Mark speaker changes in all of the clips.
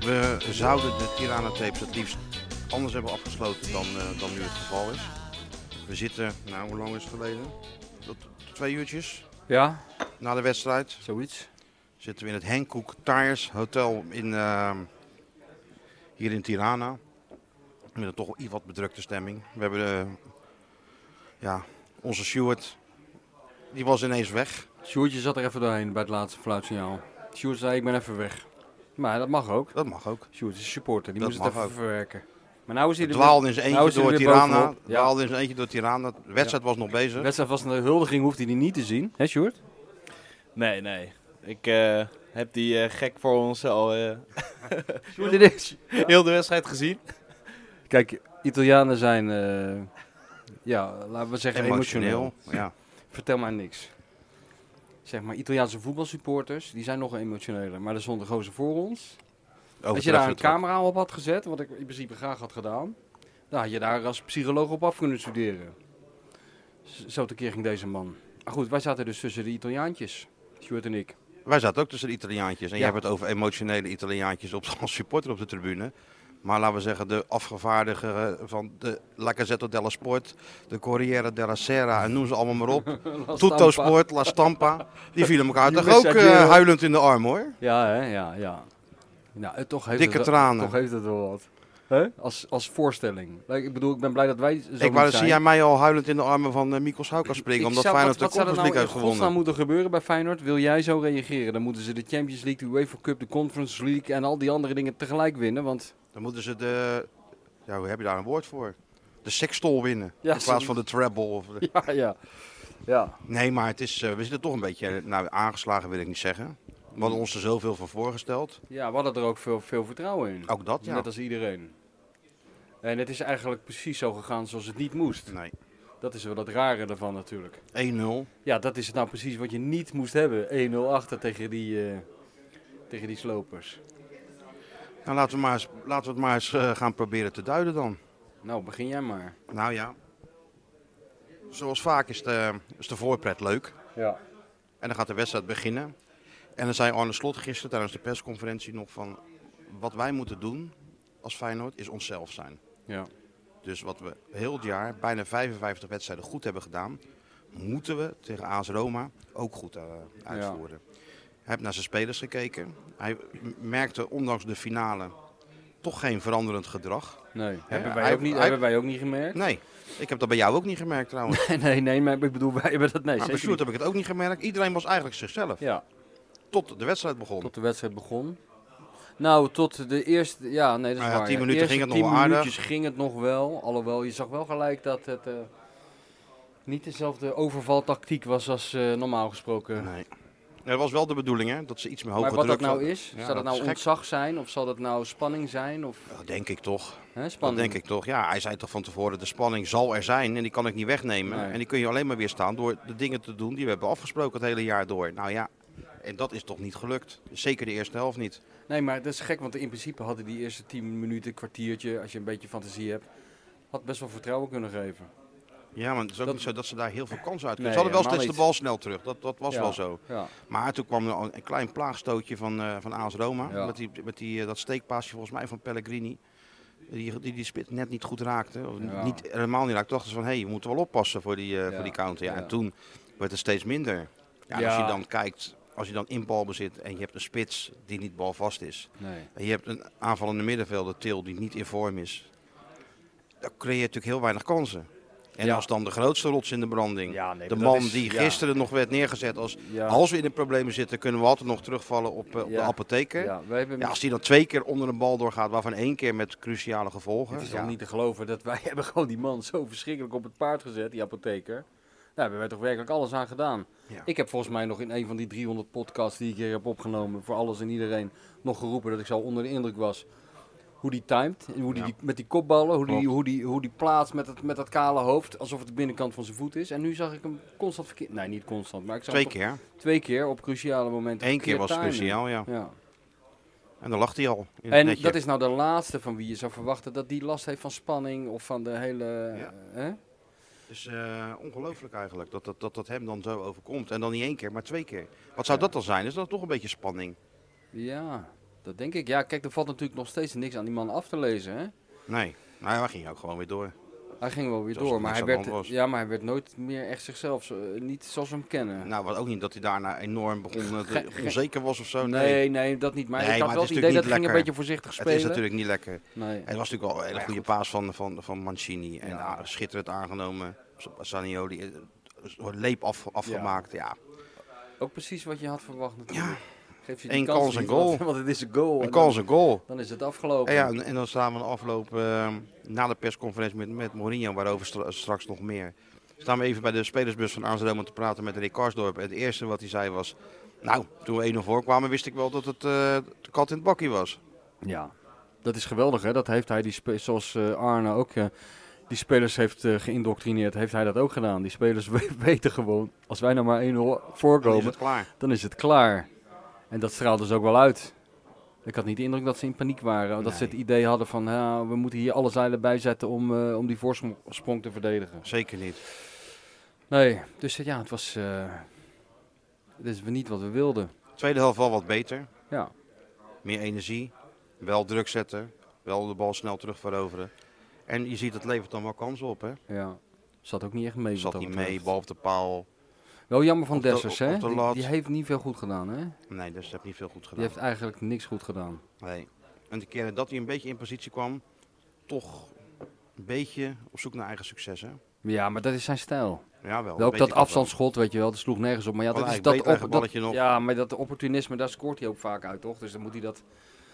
Speaker 1: We zouden de Tirana-tapes het liefst anders hebben afgesloten dan, eh, dan nu het geval is. We zitten, nou hoe lang is het geleden? Tot twee uurtjes
Speaker 2: Ja,
Speaker 1: na de wedstrijd
Speaker 2: zoiets.
Speaker 1: zitten we in het Hankook Tires Hotel in, eh, hier in Tirana. Met een toch wel iets wat bedrukte stemming. We hebben eh, ja, onze Stuart, die was ineens weg.
Speaker 2: Sjoerdje zat er even doorheen bij het laatste fluitsignaal. Sjoerd zei, ik ben even weg. Maar dat mag ook.
Speaker 1: Dat mag ook.
Speaker 2: Sjoerd is een supporter, die
Speaker 1: Dat
Speaker 2: moest het even
Speaker 1: mag ook.
Speaker 2: verwerken. Maar nou is hij er weer.
Speaker 1: Dwaalde in zijn
Speaker 2: nou
Speaker 1: eentje
Speaker 2: is hij
Speaker 1: door
Speaker 2: er weer
Speaker 1: Tirana.
Speaker 2: bovenop. Ja.
Speaker 1: Dwaalde in zijn eentje door Tirana. De wedstrijd was nog
Speaker 2: De
Speaker 1: bezig.
Speaker 2: wedstrijd was een huldiging, hoefde hij niet te zien. Hè Sjoerd?
Speaker 3: Nee, nee. Ik eh, heb die eh, gek voor ons al eh,
Speaker 2: Sjoerd, dit is...
Speaker 3: heel de wedstrijd gezien.
Speaker 2: Kijk, Italianen zijn, eh, ja, laten we zeggen emotioneel.
Speaker 1: Emotioneel. Ja.
Speaker 2: Vertel mij niks. Zeg maar, Italiaanse voetbalsupporters, die zijn nog emotioneler. Maar er stond een gozer voor ons. Als je daar een
Speaker 1: Overtreffend ook.
Speaker 2: camera op had gezet, wat ik in principe graag had gedaan, dan had je daar als psycholoog op af kunnen studeren. Z- Zo tekeer ging deze man. Maar goed, wij zaten dus tussen de Italiaantjes, Stuart en ik.
Speaker 1: Wij zaten ook tussen de Italiaantjes. En
Speaker 2: Ja.
Speaker 1: jij hebt het over emotionele Italiaantjes op, als supporter op de tribune. Maar laten we zeggen, de afgevaardiger van de La Gazzetta della Sport, de Corriere della Sera en noem ze allemaal maar op. Tutto Sport, La Stampa. Die vielen elkaar
Speaker 2: Die
Speaker 1: toch ook
Speaker 2: messaggero.
Speaker 1: eh, huilend in de arm hoor.
Speaker 2: Ja, hè, ja, ja. Nou, eh, toch heeft
Speaker 1: Dikke
Speaker 2: het, wel-
Speaker 1: tranen.
Speaker 2: Toch heeft het wel wat. Als, als voorstelling. Like, ik bedoel, ik ben blij dat wij zo
Speaker 1: Ik
Speaker 2: niet
Speaker 1: wou, zie
Speaker 2: zijn.
Speaker 1: jij mij al huilend in de armen van eh, Mikos Houka springen,
Speaker 2: Ik
Speaker 1: omdat
Speaker 2: zou-
Speaker 1: Feyenoord de
Speaker 2: wat, wat zou
Speaker 1: Conference
Speaker 2: er nou
Speaker 1: League heeft
Speaker 2: in godsnaam
Speaker 1: gewonnen.
Speaker 2: moeten gebeuren bij Feyenoord? Wil jij zo reageren? Dan moeten ze de Champions League, de UEFA Cup, de Conference League en al die andere dingen tegelijk winnen. Want
Speaker 1: Dan moeten ze de, ja hoe heb je daar een woord voor? De sextol winnen,
Speaker 2: Ja,
Speaker 1: in plaats
Speaker 2: ze-
Speaker 1: van de treble. Of de-
Speaker 2: ja, ja. ja.
Speaker 1: Nee, maar het is, eh, we zitten toch een beetje eh, nou, aangeslagen, wil ik niet zeggen. We hadden ons er zoveel van voorgesteld.
Speaker 2: ja, we hadden er ook veel, veel vertrouwen in.
Speaker 1: Ook dat, ja.
Speaker 2: Net als iedereen. En het is eigenlijk precies zo gegaan zoals het niet moest.
Speaker 1: Nee.
Speaker 2: Dat is wel het rare ervan natuurlijk.
Speaker 1: 1-0.
Speaker 2: Ja, dat is het nou precies wat je niet moest hebben. 1-0 achter tegen die, eh, tegen die slopers.
Speaker 1: Nou, laten we, maar eens, laten we het maar eens eh, gaan proberen te duiden dan.
Speaker 2: Nou, begin jij maar.
Speaker 1: Nou ja. Zoals vaak is de, is de voorpret leuk.
Speaker 2: Ja.
Speaker 1: En dan gaat de wedstrijd beginnen. En dan zei Arne Slot gisteren tijdens de persconferentie nog van... Wat wij moeten doen als Feyenoord is onszelf zijn.
Speaker 2: Ja.
Speaker 1: Dus wat we heel het jaar, bijna 55 wedstrijden goed hebben gedaan... moeten we tegen AS Roma ook goed eh, uitvoeren. Hij heeft naar zijn spelers gekeken. Hij m- merkte ondanks de finale toch geen veranderend gedrag.
Speaker 2: Nee. hebben, wij
Speaker 1: hij-
Speaker 2: ook niet,
Speaker 1: hij-
Speaker 2: hebben wij ook niet gemerkt?
Speaker 1: Nee, ik heb dat bij jou ook niet gemerkt trouwens.
Speaker 2: Nee, nee, nee, maar ik bedoel, wij hebben dat nee,
Speaker 1: maar bij
Speaker 2: zeker
Speaker 1: Sjoerd
Speaker 2: niet.
Speaker 1: heb ik het ook niet gemerkt. Iedereen was eigenlijk zichzelf.
Speaker 2: Ja,
Speaker 1: Tot de wedstrijd begon.
Speaker 2: tot de wedstrijd begon. Nou, tot de eerste, ja, nee, dat is
Speaker 1: Nou ja,
Speaker 2: waar.
Speaker 1: 10
Speaker 2: ja.
Speaker 1: minuten
Speaker 2: Eerste
Speaker 1: ging het
Speaker 2: 10
Speaker 1: nog wel aardig.
Speaker 2: minuutjes ging het nog wel, alhoewel je zag wel gelijk dat het eh, niet dezelfde overvaltactiek was als eh, normaal gesproken.
Speaker 1: Nee. Ja, Dat was wel de bedoeling, hè? Dat ze iets meer hoger
Speaker 2: maar wat dat
Speaker 1: druk
Speaker 2: nou
Speaker 1: hadden.
Speaker 2: is,
Speaker 1: Ja,
Speaker 2: zal dat
Speaker 1: dat is
Speaker 2: nou
Speaker 1: gek.
Speaker 2: ontzag zijn of zal dat nou spanning zijn of
Speaker 1: Dat denk ik toch.
Speaker 2: hè,
Speaker 1: Dat
Speaker 2: spanning?
Speaker 1: denk ik toch. Ja, hij zei toch van tevoren, de spanning zal er zijn en die kan ik niet wegnemen.
Speaker 2: Nee.
Speaker 1: En die kun je alleen maar weerstaan door de dingen te doen die we hebben afgesproken het hele jaar door. Nou ja, en dat is toch niet gelukt. Zeker de eerste helft niet.
Speaker 2: Nee, maar dat is gek, want in principe hadden die eerste 10 minuten, kwartiertje, als je een beetje fantasie hebt, had best wel vertrouwen kunnen geven.
Speaker 1: Ja, maar het is ook
Speaker 2: Dat-
Speaker 1: niet zo dat ze daar heel veel kansen uit
Speaker 2: Nee,
Speaker 1: kunnen. ze hadden wel steeds de
Speaker 2: helemaal
Speaker 1: bal snel terug. Dat, dat was
Speaker 2: Ja.
Speaker 1: wel zo.
Speaker 2: Ja.
Speaker 1: Maar toen kwam er al een klein plaagstootje van, eh van AS Roma.
Speaker 2: Ja.
Speaker 1: Met, die, met die, eh, dat steekpaasje volgens mij van Pellegrini. Die die, die spit net niet goed raakte. Of
Speaker 2: Ja.
Speaker 1: niet, helemaal niet raakte. Dachten ze van, hé, hey, we moeten wel oppassen voor die, eh,
Speaker 2: Ja.
Speaker 1: voor die counter. Ja,
Speaker 2: Ja.
Speaker 1: En toen werd het steeds minder. Ja, en
Speaker 2: Ja.
Speaker 1: Als je dan kijkt, als je dan in balbezit en je hebt een spits die niet balvast is.
Speaker 2: Nee.
Speaker 1: En je hebt een aanvallende middenvelder, Til, die niet in vorm is. Dan creëer je natuurlijk heel weinig kansen. En
Speaker 2: Ja.
Speaker 1: als dan de grootste rots in de branding.
Speaker 2: Ja, nee,
Speaker 1: de
Speaker 2: maar dat
Speaker 1: man
Speaker 2: is-
Speaker 1: die
Speaker 2: ja.
Speaker 1: gisteren nog werd neergezet als
Speaker 2: Ja.
Speaker 1: als we in de problemen zitten, kunnen we altijd nog terugvallen op, eh, op
Speaker 2: Ja.
Speaker 1: de apotheker. Ja.
Speaker 2: Ja, wij hebben
Speaker 1: als die dan twee keer onder een bal doorgaat, waarvan één keer met cruciale gevolgen.
Speaker 2: Het is
Speaker 1: ja.
Speaker 2: toch niet te geloven dat wij hebben gewoon die man zo verschrikkelijk op het paard gezet, die apotheker. Nou, Daar hebben wij toch werkelijk alles aan gedaan.
Speaker 1: Ja.
Speaker 2: Ik heb volgens mij nog in een van die 300 podcasts die ik hier heb opgenomen, voor alles en iedereen, nog geroepen dat ik zo onder de indruk was. Hoe die timed, en hoe die,
Speaker 1: Ja.
Speaker 2: die- met die kopballen, hoe die,
Speaker 1: Klopt.
Speaker 2: hoe die, hoe die plaatst met, het, met dat kale hoofd, alsof het de binnenkant van zijn voet is. En nu zag ik hem constant verkeerd, nee niet constant, maar ik zag
Speaker 1: Twee
Speaker 2: hem
Speaker 1: keer.
Speaker 2: toch twee keer op cruciale momenten.
Speaker 1: Eén keer was
Speaker 2: verkeerd timen.
Speaker 1: cruciaal, ja.
Speaker 2: Ja.
Speaker 1: En dan lag hij al. In het
Speaker 2: En
Speaker 1: netje.
Speaker 2: dat is nou de laatste van wie je zou verwachten dat die last heeft van spanning of van de hele. eh,
Speaker 1: Ja.
Speaker 2: Hè?
Speaker 1: Dus, eh, ongelooflijk eigenlijk dat dat, dat dat hem dan zo overkomt. En dan niet één keer, maar twee keer. Wat zou dat dan zijn? Is dat toch een beetje spanning?
Speaker 2: ja. Dat denk ik. Ja, kijk, er valt natuurlijk nog steeds niks aan die man af te lezen. Hè?
Speaker 1: Nee, nou, hij ging ook gewoon weer door.
Speaker 2: Hij ging wel weer
Speaker 1: Zoals
Speaker 2: door,
Speaker 1: er
Speaker 2: maar hij,
Speaker 1: niks aan de hand was.
Speaker 2: werd, ja, maar hij werd nooit meer echt zichzelf. zo- eh, niet zoals we hem kennen.
Speaker 1: Nou, wat ook niet dat hij daarna enorm begon, eh,
Speaker 2: Ge- ge-
Speaker 1: onzeker was of zo. Nee,
Speaker 2: nee. nee, dat niet. Maar
Speaker 1: Nee,
Speaker 2: ik
Speaker 1: maar
Speaker 2: had
Speaker 1: het
Speaker 2: wel
Speaker 1: is
Speaker 2: het idee dat
Speaker 1: natuurlijk
Speaker 2: hij ging
Speaker 1: niet
Speaker 2: een
Speaker 1: lekker.
Speaker 2: beetje voorzichtig
Speaker 1: het
Speaker 2: spelen.
Speaker 1: is natuurlijk niet lekker.
Speaker 2: Nee.
Speaker 1: Het was natuurlijk wel een hele
Speaker 2: Ja,
Speaker 1: goede
Speaker 2: goed.
Speaker 1: paas van, van, van Mancini. En
Speaker 2: Ja.
Speaker 1: ah, schitterend aangenomen. Sanioli, eh, een leep af, afgemaakt. Ja.
Speaker 2: Ook precies wat je had verwacht natuurlijk. Geef je
Speaker 1: Eén
Speaker 2: die
Speaker 1: kans,
Speaker 2: niet,
Speaker 1: een goal.
Speaker 2: Want, want het is een goal. en
Speaker 1: Een kans, een goal.
Speaker 2: Dan, dan is het afgelopen.
Speaker 1: En, ja, en, en dan staan we de afloop eh, na de persconferentie met, met Mourinho, waarover stra- straks nog meer. Staan we even bij de spelersbus van Amsterdam om te praten met Rick Karsdorp. En het eerste wat hij zei was... Nou, toen we 1-0 voorkwamen wist ik wel dat het eh, de kat in het bakkie was.
Speaker 2: Ja, dat is geweldig hè. Dat heeft hij, die spe- zoals eh, Arne ook eh, die spelers heeft eh, geïndoctrineerd, heeft hij dat ook gedaan. Die spelers we- weten gewoon, als wij nou maar 1-0
Speaker 1: Dan is
Speaker 2: voorkomen,
Speaker 1: het klaar.
Speaker 2: dan is het klaar. En dat straalde ze ook wel uit. Ik had niet de indruk dat ze in paniek waren. Dat ze
Speaker 1: Nee.
Speaker 2: het idee hadden van, "Ja, we moeten hier alle zeilen bij zetten om, eh, om die voorsprong te verdedigen.
Speaker 1: Zeker niet.
Speaker 2: Nee, dus eh, ja, het was, eh het is niet wat we wilden.
Speaker 1: Tweede helft wel wat beter.
Speaker 2: Ja,
Speaker 1: meer energie, wel druk zetten, wel de bal snel terug veroveren. En je ziet, het levert dan wel kansen op, hè?
Speaker 2: ja. Zat ook niet echt mee. wat
Speaker 1: Zat
Speaker 2: dat
Speaker 1: hij
Speaker 2: betreft.
Speaker 1: mee, bal op de paal.
Speaker 2: Wel jammer van
Speaker 1: Op de-
Speaker 2: Dessers, hè?
Speaker 1: op de
Speaker 2: Die-
Speaker 1: lat.
Speaker 2: die heeft niet veel goed gedaan, hè?
Speaker 1: Nee, dus heb niet veel goed gedaan.
Speaker 2: Die heeft eigenlijk niks goed gedaan.
Speaker 1: Nee. En de keren dat hij een beetje in positie kwam, toch een beetje op zoek naar eigen succes, hè?
Speaker 2: Ja, maar dat is zijn stijl.
Speaker 1: Jawel.
Speaker 2: Wel, ook
Speaker 1: weet
Speaker 2: dat
Speaker 1: ik wel.
Speaker 2: afstandsschot, weet je wel, dat sloeg nergens op. Maar ja,
Speaker 1: Wel
Speaker 2: dat is
Speaker 1: eigenlijk
Speaker 2: dat,
Speaker 1: beter eigen
Speaker 2: dat-
Speaker 1: balletje nog.
Speaker 2: ja, maar dat opportunisme, daar scoort hij ook vaak uit, toch? Dus dan moet hij dat...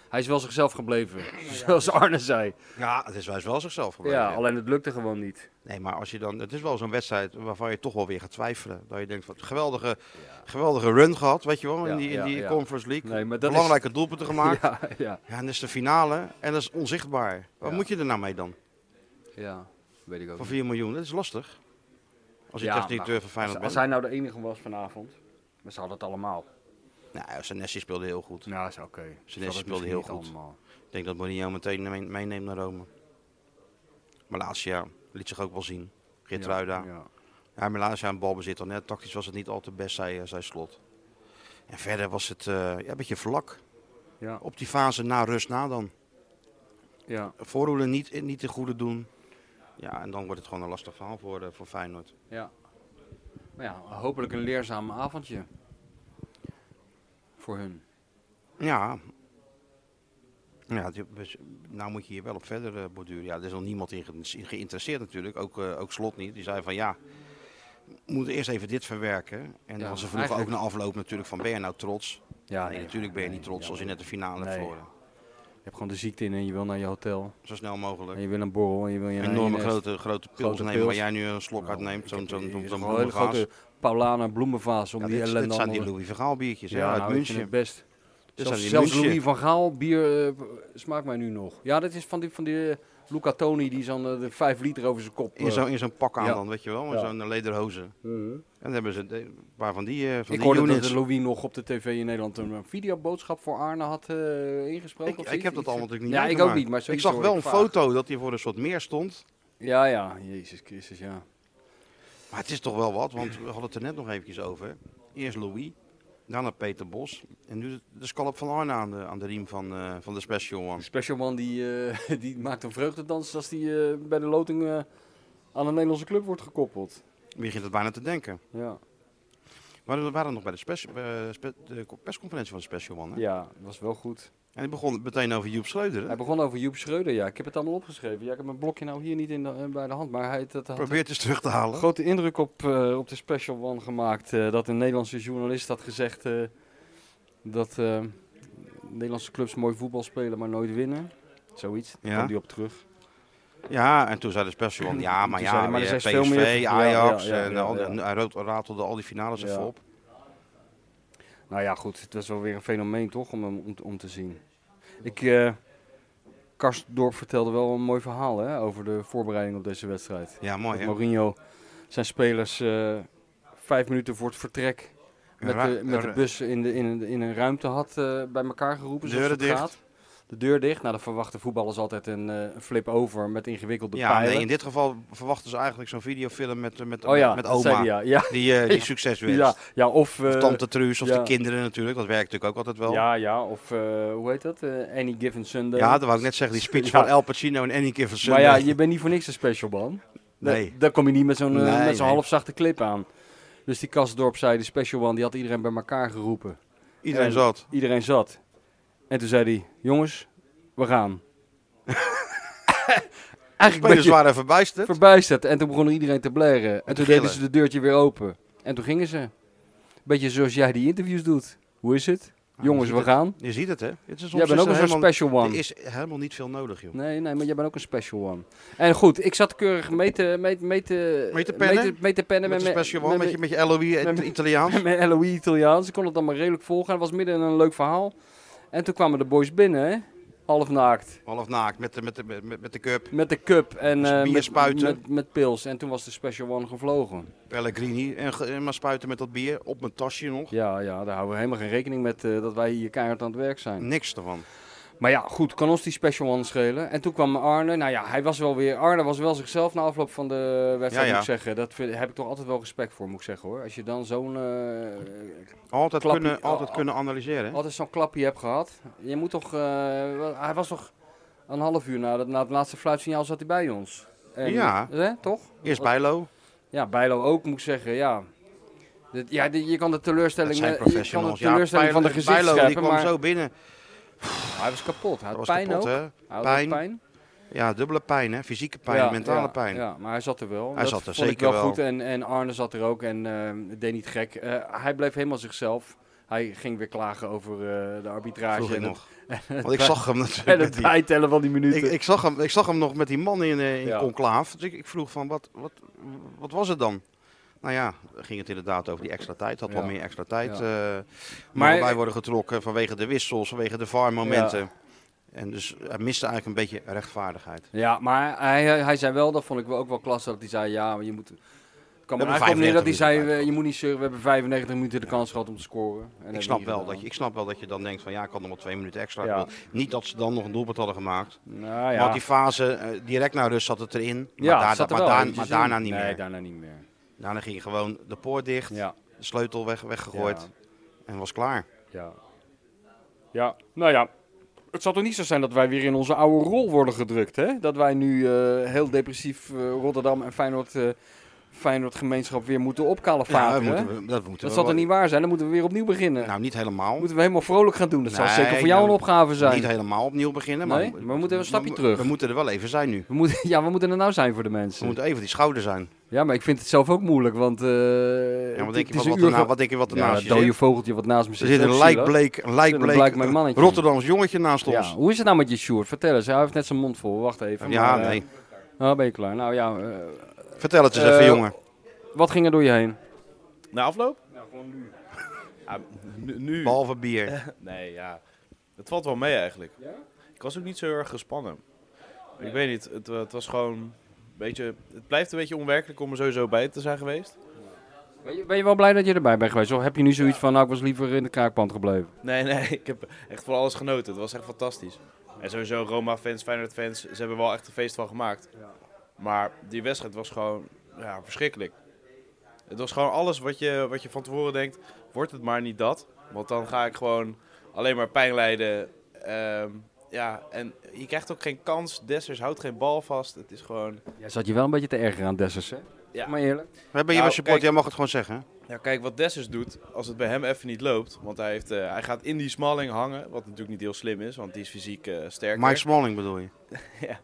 Speaker 2: Hij is wel zichzelf gebleven, zoals Arne zei.
Speaker 1: Ja, het is wel- hij is wel zichzelf gebleven.
Speaker 2: Ja, alleen het lukte gewoon niet.
Speaker 1: Nee, maar als je dan, het is wel zo'n wedstrijd waarvan je toch wel weer gaat twijfelen. Dat je denkt, wat een geweldige, geweldige run gehad, weet je wel,
Speaker 2: Ja,
Speaker 1: in die, in
Speaker 2: ja,
Speaker 1: die
Speaker 2: ja.
Speaker 1: Conference League.
Speaker 2: Nee, maar dat is-
Speaker 1: Belangrijke doelpunten gemaakt.
Speaker 2: Ja, ja,
Speaker 1: Ja, en dat is de finale en dat is onzichtbaar. Wat
Speaker 2: Ja.
Speaker 1: moet je er nou mee dan?
Speaker 2: ja, weet ik ook
Speaker 1: Van
Speaker 2: niet.
Speaker 1: 4 miljoen, dat is lastig. Als je
Speaker 2: Ja,
Speaker 1: technisch
Speaker 2: maar
Speaker 1: directeur van
Speaker 2: Als,
Speaker 1: Feyenoord
Speaker 2: als
Speaker 1: bent.
Speaker 2: hij nou de enige was vanavond, maar ze hadden het allemaal.
Speaker 1: Nou, Senesi speelde heel goed.
Speaker 2: Nou, is oké. Ze hadden het
Speaker 1: speelde
Speaker 2: misschien
Speaker 1: heel
Speaker 2: niet
Speaker 1: goed.
Speaker 2: allemaal.
Speaker 1: Ik denk dat Mourinho meteen mee- meeneemt naar Rome. Malasia liet zich ook wel zien. Gertruida.
Speaker 2: Ja, ja.
Speaker 1: Ja, Malasia een balbezit al net. Tactisch was het niet al te best, zei, eh, zei Slot. En verder was het eh, ja, een beetje vlak.
Speaker 2: Ja,
Speaker 1: Op die fase na rust na dan.
Speaker 2: ja.
Speaker 1: Voorroelen niet, niet de goede doen. Ja, en dan wordt het gewoon een lastig verhaal voor, eh, voor Feyenoord.
Speaker 2: Ja. Maar ja, hopelijk een leerzaam avondje. Voor hun.
Speaker 1: Ja. Ja, die- dus nou moet je hier wel op verder eh, borduren. Ja, er is nog niemand in ge- geïnteresseerd natuurlijk, ook, eh, ook Slot niet. Die zei van ja, we moeten eerst even dit verwerken. En
Speaker 2: Ja,
Speaker 1: dan ze vroegen
Speaker 2: eigenlijk-
Speaker 1: ook na afloop natuurlijk van ben je nou trots?
Speaker 2: Ja,
Speaker 1: nee, natuurlijk ben je niet trots als je net de finale hebt
Speaker 2: Nee.
Speaker 1: verloren.
Speaker 2: Je hebt gewoon de ziekte in en je wil naar je hotel.
Speaker 1: Zo snel mogelijk.
Speaker 2: En je wil een Nou, borrel en je wil je
Speaker 1: Een enorme grote, grote pils
Speaker 2: Grote
Speaker 1: nemen
Speaker 2: pils.
Speaker 1: waar jij nu een slok uit neemt. Zo'n zo'n zo'n zo'n
Speaker 2: hele
Speaker 1: bloemenvaas.
Speaker 2: grote Paulana bloemenvaas om
Speaker 1: Ja,
Speaker 2: die
Speaker 1: dit,
Speaker 2: ellende
Speaker 1: dit zijn die
Speaker 2: allemaal-
Speaker 1: Louis Vergaal biertjes hè,
Speaker 2: Ja,
Speaker 1: uit
Speaker 2: nou, ik vind
Speaker 1: München.
Speaker 2: het best. Dus Zelfs,
Speaker 1: die
Speaker 2: zelfs
Speaker 1: München.
Speaker 2: Louis van Gaal bier eh, smaakt mij nu nog. Ja, dat is van die, van die eh, Luca Toni die zo'n eh, de 5 liter over zijn kop.
Speaker 1: In
Speaker 2: eh,
Speaker 1: zo'n in zo'n pak aan
Speaker 2: Ja.
Speaker 1: dan, weet je wel. In
Speaker 2: Ja.
Speaker 1: zo'n eh, lederhozen. En dan hebben ze de- een paar van die, eh, van
Speaker 2: Ik
Speaker 1: die
Speaker 2: hoorde
Speaker 1: units.
Speaker 2: dat Louis nog op de tv in Nederland een eh, videoboodschap voor Arne had eh, ingesproken.
Speaker 1: Ik,
Speaker 2: of
Speaker 1: ik
Speaker 2: iets-
Speaker 1: heb dat
Speaker 2: iets-
Speaker 1: allemaal natuurlijk niet
Speaker 2: Ja, ik
Speaker 1: meegemaakt.
Speaker 2: ook niet, maar
Speaker 1: Ik
Speaker 2: zoiets
Speaker 1: zag
Speaker 2: hoor
Speaker 1: wel een
Speaker 2: vaak.
Speaker 1: foto dat hij voor een soort meer stond.
Speaker 2: Ja, ja, Jezus Christus, ja.
Speaker 1: Maar het is toch wel wat, want we hadden het er net nog eventjes over. Eerst Louis, daarna Peter Bos. En nu de, de scalp van Arne aan de, aan de riem van, eh, van de Special One.
Speaker 2: De specialman die, eh, die maakt een vreugdedans als die eh, bij de loting eh, aan een Nederlandse club wordt gekoppeld.
Speaker 1: Je begint het bijna te denken.
Speaker 2: Ja,
Speaker 1: Maar we waren nog bij de, specia- eh, spe- de co- persconferentie van de Special One. Hè?
Speaker 2: ja dat was wel goed.
Speaker 1: En die begon meteen over Joep Schreuder. hè?
Speaker 2: Hij begon over Joep Schreuder, ja. Ik heb het allemaal opgeschreven. Ja, ik heb mijn blokje nou hier niet in de- eh, bij de hand, maar hij dat had
Speaker 1: Probeert eens terug te halen.
Speaker 2: grote indruk op, eh, op de Special One gemaakt. eh, dat een Nederlandse journalist had gezegd eh, dat eh, Nederlandse clubs mooi voetbal spelen, maar nooit winnen. Zoiets, daar
Speaker 1: Ja.
Speaker 2: kwam die op terug.
Speaker 1: Ja, en toen zei de Special One, ja, maar
Speaker 2: Toen
Speaker 1: ja,
Speaker 2: zei hij, maar er
Speaker 1: eh,
Speaker 2: zijn veel
Speaker 1: PSV,
Speaker 2: meer-
Speaker 1: Ajax.
Speaker 2: Ja, ja, ja,
Speaker 1: en
Speaker 2: ja,
Speaker 1: al die-
Speaker 2: ja.
Speaker 1: hij rood- ratelde al die finales
Speaker 2: Ja.
Speaker 1: even op.
Speaker 2: Nou ja, goed, het was wel weer een fenomeen toch om, hem- om, om te zien. Ik, eh Karsdorp vertelde wel een mooi verhaal hè, over de voorbereiding op deze wedstrijd.
Speaker 1: Ja, mooi
Speaker 2: Dat
Speaker 1: hè.
Speaker 2: Mourinho zijn spelers eh, vijf minuten voor het vertrek met
Speaker 1: Ra-
Speaker 2: de, met de
Speaker 1: ra-
Speaker 2: bus in, de, in, een- in een ruimte had eh, bij elkaar geroepen. zoals
Speaker 1: Deuren
Speaker 2: het
Speaker 1: dicht.
Speaker 2: gaat. de deur dicht. Nou, dan verwachten voetballers altijd een eh, een flip over met ingewikkelde
Speaker 1: Ja,
Speaker 2: pijlen.
Speaker 1: nee, in dit geval verwachten ze eigenlijk zo'n videofilm met, met,
Speaker 2: oh ja,
Speaker 1: met
Speaker 2: dat zei
Speaker 1: oma.
Speaker 2: hij, ja. Ja,
Speaker 1: Die, eh, die
Speaker 2: Ja.
Speaker 1: succes wenst.
Speaker 2: ja, ja, of...
Speaker 1: Of
Speaker 2: eh,
Speaker 1: tante Truus of
Speaker 2: ja.
Speaker 1: de kinderen natuurlijk. Dat werkt natuurlijk ook altijd wel. Ja,
Speaker 2: ja, ja, of eh, hoe heet dat? Eh, Any Given Sunday.
Speaker 1: dat wou ik net zeggen. Die speech
Speaker 2: Ja.
Speaker 1: van El Pacino en Annie keer van
Speaker 2: maar
Speaker 1: Sunday.
Speaker 2: ja, je bent niet voor niks een special man. Da-
Speaker 1: Nee.
Speaker 2: Daar kom je niet met zo'n eh,
Speaker 1: Nee,
Speaker 2: met zo'n
Speaker 1: nee.
Speaker 2: halfzachte clip aan. Dus die Kastdorp zei, de special one, die had iedereen bij elkaar geroepen.
Speaker 1: Iedereen
Speaker 2: en-
Speaker 1: zat.
Speaker 2: Iedereen zat. En toen zei hij, jongens, we gaan. Eigenlijk ben
Speaker 1: Spelers
Speaker 2: je
Speaker 1: waren verbijsterd.
Speaker 2: verbijsterd. En toen begon iedereen te blaren. En toen deden
Speaker 1: gillen.
Speaker 2: ze de deurtje weer open. En toen gingen ze. Beetje zoals jij die interviews doet. Hoe is het?
Speaker 1: Ah,
Speaker 2: jongens,
Speaker 1: je
Speaker 2: we
Speaker 1: ziet het.
Speaker 2: gaan.
Speaker 1: Je ziet het, hè? Het is
Speaker 2: Jij bent ook een soort
Speaker 1: helemaal,
Speaker 2: special one.
Speaker 1: Er is helemaal niet veel nodig, joh.
Speaker 2: Nee, nee, maar jij bent ook een special one. En goed, ik zat keurig mee te, mee, mee te,
Speaker 1: Mee te pennen?
Speaker 2: Mee te, mee te pennen
Speaker 1: Met
Speaker 2: met,
Speaker 1: een
Speaker 2: mijn-
Speaker 1: special one, met
Speaker 2: met,
Speaker 1: je, met je LOE en
Speaker 2: met-
Speaker 1: Italiaans.
Speaker 2: mijn- met LOE Italiaans. Ik kon het allemaal redelijk volgen. Het was midden in een leuk verhaal. En toen kwamen de boys binnen, hè? half naakt.
Speaker 1: Half naakt, met de, met de, met, met de cup.
Speaker 2: Met de cup en
Speaker 1: Dus
Speaker 2: eh,
Speaker 1: bier
Speaker 2: met,
Speaker 1: spuiten.
Speaker 2: Met, met pils. En toen was de special one gevlogen.
Speaker 1: Pellegrini. En, ge- en maar spuiten met dat bier. Op mijn tasje nog.
Speaker 2: Ja, ja, daar houden we helemaal geen rekening met eh, dat wij hier keihard aan het werk zijn.
Speaker 1: Niks ervan.
Speaker 2: Maar ja, goed, kan ons die special one schelen. En toen kwam Arne. Nou ja, hij was wel weer. Arne was wel zichzelf na afloop van de wedstrijd,
Speaker 1: Ja, ja.
Speaker 2: moet ik zeggen. Dat vind, heb ik toch altijd wel respect voor, moet ik zeggen hoor. Als je dan zo'n. eh,
Speaker 1: Altijd,
Speaker 2: Klappie.
Speaker 1: kunnen, altijd
Speaker 2: Oh,
Speaker 1: kunnen analyseren. hè?
Speaker 2: altijd zo'n klapje hebt gehad. Je moet toch. eh, wel- hij was toch een half uur na, na het laatste fluitsignaal zat hij bij ons. En-
Speaker 1: Ja.
Speaker 2: Hè, toch?
Speaker 1: Eerst Bijlo.
Speaker 2: Ja, Bijlo ook, moet ik zeggen, ja. Dit- ja, dit- je kan de
Speaker 1: Dat
Speaker 2: teleurstelling,
Speaker 1: zijn
Speaker 2: met- je kan de
Speaker 1: professionals. Ja,
Speaker 2: teleurstelling eh, van de
Speaker 1: Bijlo-
Speaker 2: gezicht
Speaker 1: Bijlo die
Speaker 2: scheppen,
Speaker 1: kwam
Speaker 2: maar
Speaker 1: zo binnen.
Speaker 2: hij was kapot. Hij
Speaker 1: Dat
Speaker 2: had
Speaker 1: was
Speaker 2: pijn
Speaker 1: kapot,
Speaker 2: ook.
Speaker 1: hè?
Speaker 2: Hij had ook
Speaker 1: Pijn.
Speaker 2: pijn.
Speaker 1: Ja, dubbele pijn, hè? Fysieke pijn,
Speaker 2: Ja,
Speaker 1: mentale
Speaker 2: ja,
Speaker 1: pijn.
Speaker 2: Ja, maar hij zat er wel.
Speaker 1: Hij zat er
Speaker 2: vond ik
Speaker 1: zeker
Speaker 2: wel.
Speaker 1: wel.
Speaker 2: goed en, en Arne zat er ook en ehm, het deed niet gek. Eh, hij bleef helemaal zichzelf. Hij ging weer klagen over eh, de arbitrage.
Speaker 1: Vroeg ik
Speaker 2: en het-
Speaker 1: nog. Want ik zag hem natuurlijk.
Speaker 2: En
Speaker 1: met
Speaker 2: het
Speaker 1: die-
Speaker 2: bijtellen van die minuten.
Speaker 1: ik, ik, zag hem, ik zag hem nog met die man in, eh, in
Speaker 2: Ja.
Speaker 1: conclaaf. Dus ik, ik vroeg van, wat, wat, wat was het dan? Nou ja, ging het inderdaad over die extra tijd. Had wel
Speaker 2: Ja.
Speaker 1: meer extra tijd.
Speaker 2: Ja.
Speaker 1: eh, maar
Speaker 2: Maar-
Speaker 1: wij worden getrokken vanwege de wissels, vanwege de VAR-momenten. En dus hij miste eigenlijk een beetje rechtvaardigheid.
Speaker 2: Ja, maar hij, hij- hij zei wel, dat vond ik wel ook wel klasse, dat hij zei, ja, maar je moet... Het kwam
Speaker 1: We
Speaker 2: er
Speaker 1: hebben
Speaker 2: eigenlijk op neer
Speaker 1: 95
Speaker 2: dat hij zei,
Speaker 1: minuten
Speaker 2: eh, je moet niet zeuren, we hebben 95 minuten de kans gehad om te scoren. En
Speaker 1: Ik
Speaker 2: hebben
Speaker 1: snap,
Speaker 2: we
Speaker 1: wel
Speaker 2: niet
Speaker 1: dat je,
Speaker 2: gedaan.
Speaker 1: ik snap wel dat je dan denkt van ja, ik had nog wel twee minuten extra.
Speaker 2: Ja.
Speaker 1: Ik wil Niet dat ze dan nog een doelpunt hadden gemaakt.
Speaker 2: Nou ja,
Speaker 1: Maar die fase, eh, direct naar rust zat het erin. Maar,
Speaker 2: ja,
Speaker 1: daar-
Speaker 2: het zat er
Speaker 1: maar,
Speaker 2: wel
Speaker 1: daar-
Speaker 2: eventjes
Speaker 1: maar
Speaker 2: in.
Speaker 1: daarna niet
Speaker 2: Nee,
Speaker 1: meer.
Speaker 2: daarna niet meer.
Speaker 1: Daarna ging je gewoon de poort dicht,
Speaker 2: Ja,
Speaker 1: de sleutel weg, weggegooid
Speaker 2: Ja.
Speaker 1: en was klaar.
Speaker 2: Ja. Ja, nou ja. Het zal toch niet zo zijn dat wij weer in onze oude rol worden gedrukt, hè? Dat wij nu eh, heel depressief eh, Rotterdam en Feyenoord, eh, Feyenoord gemeenschap weer moeten
Speaker 1: Ja, dat
Speaker 2: opkalefateren.
Speaker 1: moeten we, dat moeten
Speaker 2: dat
Speaker 1: we
Speaker 2: zal toch
Speaker 1: wel-
Speaker 2: niet waar zijn? Dan moeten we weer opnieuw beginnen.
Speaker 1: Nou, niet helemaal.
Speaker 2: moeten we helemaal vrolijk gaan doen. Dat zal
Speaker 1: Nee,
Speaker 2: zeker voor jou
Speaker 1: nou,
Speaker 2: een opgave zijn.
Speaker 1: Niet helemaal opnieuw beginnen.
Speaker 2: Nee,
Speaker 1: maar
Speaker 2: maar we moeten een stapje
Speaker 1: we-
Speaker 2: terug.
Speaker 1: We moeten er wel even zijn nu.
Speaker 2: We moeten, ja, we moeten er nou zijn voor de
Speaker 1: We
Speaker 2: mensen.
Speaker 1: moeten even die schouder zijn.
Speaker 2: Ja, maar ik vind het zelf ook moeilijk, want eh
Speaker 1: Ja, wat
Speaker 2: het,
Speaker 1: denk je
Speaker 2: het is
Speaker 1: wat, nou
Speaker 2: een uur
Speaker 1: erna-
Speaker 2: ge-
Speaker 1: wat denk je wat
Speaker 2: ja,
Speaker 1: ernaast
Speaker 2: dat
Speaker 1: je
Speaker 2: dode
Speaker 1: zit?
Speaker 2: vogeltje wat naast me
Speaker 1: Er
Speaker 2: zit.
Speaker 1: zit
Speaker 2: is
Speaker 1: een
Speaker 2: ook zielig.
Speaker 1: lijkbleek, een
Speaker 2: een blijkbaar
Speaker 1: lijkbleek
Speaker 2: mannetje.
Speaker 1: Rotterdams jongetje naast
Speaker 2: Ja,
Speaker 1: ons.
Speaker 2: hoe is het nou met je Sjoerd? Vertel eens. Hij heeft net zijn mond vol. Wacht even.
Speaker 1: Ja,
Speaker 2: maar, eh,
Speaker 1: nee.
Speaker 2: Nou, ben je klaar. Nou ja, eh,
Speaker 1: Vertel het eens
Speaker 2: eh,
Speaker 1: even, jongen.
Speaker 2: wat ging er door je heen?
Speaker 3: Na afloop? Nou, gewoon nu. nu.
Speaker 1: Behalve
Speaker 2: Eh,
Speaker 1: bier.
Speaker 3: Nee, ja. Het valt wel mee eigenlijk. Ik was ook niet zo heel erg gespannen. Ik weet niet, het, het was gewoon een beetje... Het blijft een beetje onwerkelijk om er sowieso bij te zijn geweest.
Speaker 2: Ben je, ben je wel blij dat je erbij bent geweest? Of heb je nu zoiets van, nou, ik was liever in de kraakpand gebleven?
Speaker 3: Nee, nee, ik heb echt van alles genoten. Het was echt fantastisch. En sowieso Roma-fans, Feyenoord-fans, ze hebben er wel echt een feest van gemaakt. Maar die wedstrijd was gewoon ja, verschrikkelijk. Het was gewoon alles wat je, wat je van tevoren denkt, wordt het maar niet dat. Want dan ga ik gewoon alleen maar pijn lijden. Ehm, ja, en je krijgt ook geen kans. Dessers houdt geen bal vast. Het is gewoon...
Speaker 2: Jij zat je wel een beetje te erger aan Dessers, hè?
Speaker 3: Ja.
Speaker 2: Maar eerlijk.
Speaker 1: We hebben hier
Speaker 3: Nou,
Speaker 1: wel support,
Speaker 3: kijk.
Speaker 1: jij mag het gewoon zeggen.
Speaker 3: Ja, kijk, wat Dessers doet, als het bij hem even niet loopt... Want hij, heeft, eh, hij gaat in die smalling hangen, wat natuurlijk niet heel slim is. Want die is fysiek eh sterker.
Speaker 1: Mike Smalling bedoel je?
Speaker 3: Ja.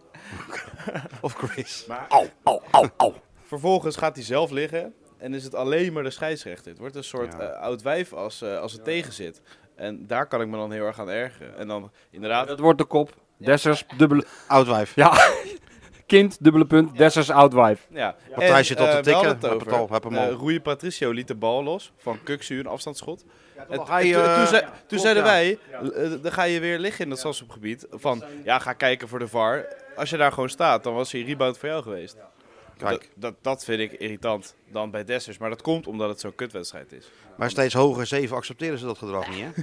Speaker 1: of Chris.
Speaker 3: Maar
Speaker 2: Au, au, au, au.
Speaker 3: vervolgens gaat hij zelf liggen en is het alleen maar de scheidsrechter. Het wordt een soort
Speaker 1: Ja.
Speaker 3: eh, oud wijf als, eh, als het tegen zit. En daar kan ik me dan heel erg aan ergeren. En dan inderdaad...
Speaker 2: Dat wordt de kop. Dessers, dubbele...
Speaker 1: Oudwijf.
Speaker 2: Ja, kind, dubbele punt. Dessers, oudwijf.
Speaker 3: Ja.
Speaker 1: Partij
Speaker 3: En,
Speaker 1: zit al te
Speaker 3: eh, we hadden
Speaker 1: tikken. Heb het al, heb hem
Speaker 3: Eh,
Speaker 1: al.
Speaker 3: Rui Patricio liet de bal los van Kuksu, een afstandsschot. En
Speaker 1: lag
Speaker 3: t-
Speaker 1: hij,
Speaker 3: en toen-
Speaker 1: eh,
Speaker 3: toen zei-
Speaker 1: ja,
Speaker 3: Toen
Speaker 1: klopt,
Speaker 3: zeiden
Speaker 1: ja.
Speaker 3: wij, eh, dan ga je weer liggen in dat strafschopgebied. Van, ja, ga kijken voor de VAR. Als je daar gewoon staat, dan was hij rebound voor jou geweest.
Speaker 1: Kijk,
Speaker 3: Dat, dat, dat vind ik irritant dan bij Dessers. Maar dat komt omdat het zo'n kutwedstrijd is.
Speaker 1: maar steeds hoger zeven accepteren ze dat gedrag niet, hè?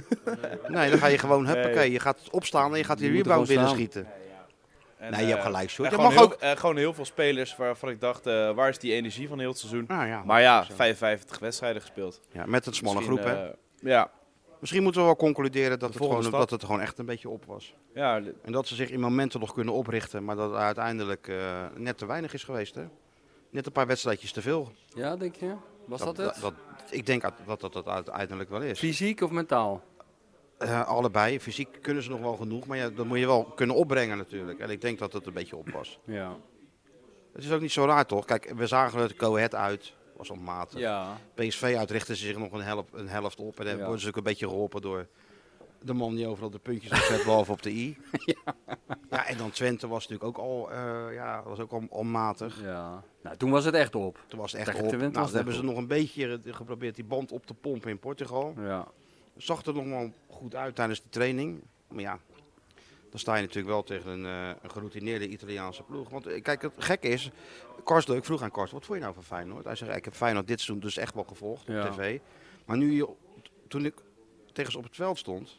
Speaker 1: Nee, dan ga je gewoon, huppakee, je gaat opstaan en je gaat die
Speaker 2: Je moet er
Speaker 1: rebound
Speaker 2: gewoon
Speaker 1: binnen
Speaker 2: staan.
Speaker 1: schieten. Nee,
Speaker 3: En,
Speaker 1: Nou, je hebt
Speaker 3: eh,
Speaker 1: gelijk, Sjoerd.
Speaker 3: en
Speaker 1: Je
Speaker 3: gewoon,
Speaker 1: mag
Speaker 3: heel,
Speaker 1: ook-
Speaker 3: eh, gewoon heel veel spelers waarvan ik dacht, eh, waar is die energie van heel het seizoen?
Speaker 1: Nou ja,
Speaker 3: Maar ja,
Speaker 1: zo.
Speaker 3: 55 wedstrijden gespeeld.
Speaker 1: ja, met een smalle
Speaker 3: Misschien,
Speaker 1: groep, hè?
Speaker 3: eh, ja,
Speaker 1: Misschien moeten we wel concluderen dat
Speaker 3: de
Speaker 1: het,
Speaker 3: volgende
Speaker 1: gewoon,
Speaker 3: stap.
Speaker 1: dat het gewoon echt een beetje op was.
Speaker 3: ja, d-
Speaker 1: En dat ze zich in momenten nog kunnen oprichten, maar dat het uiteindelijk eh, net te weinig is geweest, hè? Net een paar wedstrijdjes te veel.
Speaker 2: Ja, denk je? Was dat, het?
Speaker 1: ik denk uit- dat dat, dat uit- uiteindelijk wel is.
Speaker 2: Fysiek of mentaal?
Speaker 1: Eh, allebei. Fysiek kunnen ze nog wel genoeg, maar ja, dat moet je wel kunnen opbrengen natuurlijk. En ik denk dat dat een beetje op was.
Speaker 2: Ja.
Speaker 1: Het is ook niet zo raar, toch? Kijk, we zagen het Cohet uit. Was op mate.
Speaker 2: Ja.
Speaker 1: PSV uit richtten ze zich nog een, help, een helft op. En dan
Speaker 2: Ja.
Speaker 1: worden ze ook een beetje geholpen door de man die overal de puntjes op zet, behalve op de i. ja. en dan Twente was natuurlijk ook al, eh, ja, was ook al, al matig.
Speaker 2: ja. Nou, toen was het echt op.
Speaker 1: Toen was het echt
Speaker 2: Tegen
Speaker 1: op.
Speaker 2: Twente
Speaker 1: Nou,
Speaker 2: was
Speaker 1: toen
Speaker 2: het
Speaker 1: hebben
Speaker 2: echt
Speaker 1: ze nog een beetje eh, geprobeerd die band op te pompen in Portugal.
Speaker 2: Ja.
Speaker 1: Zag er nog wel goed uit tijdens de training. Maar ja, dan sta je natuurlijk wel tegen een, eh, een geroutineerde Italiaanse ploeg. Want eh, kijk, het gekke is, Karsten, ik vroeg aan Karsten, wat vond je nou van Feyenoord? Hij zegt, ik heb Feyenoord dit seizoen dus echt wel gevolgd
Speaker 2: Ja.
Speaker 1: op tv. Maar nu, je- toen ik tegen ze op het veld stond,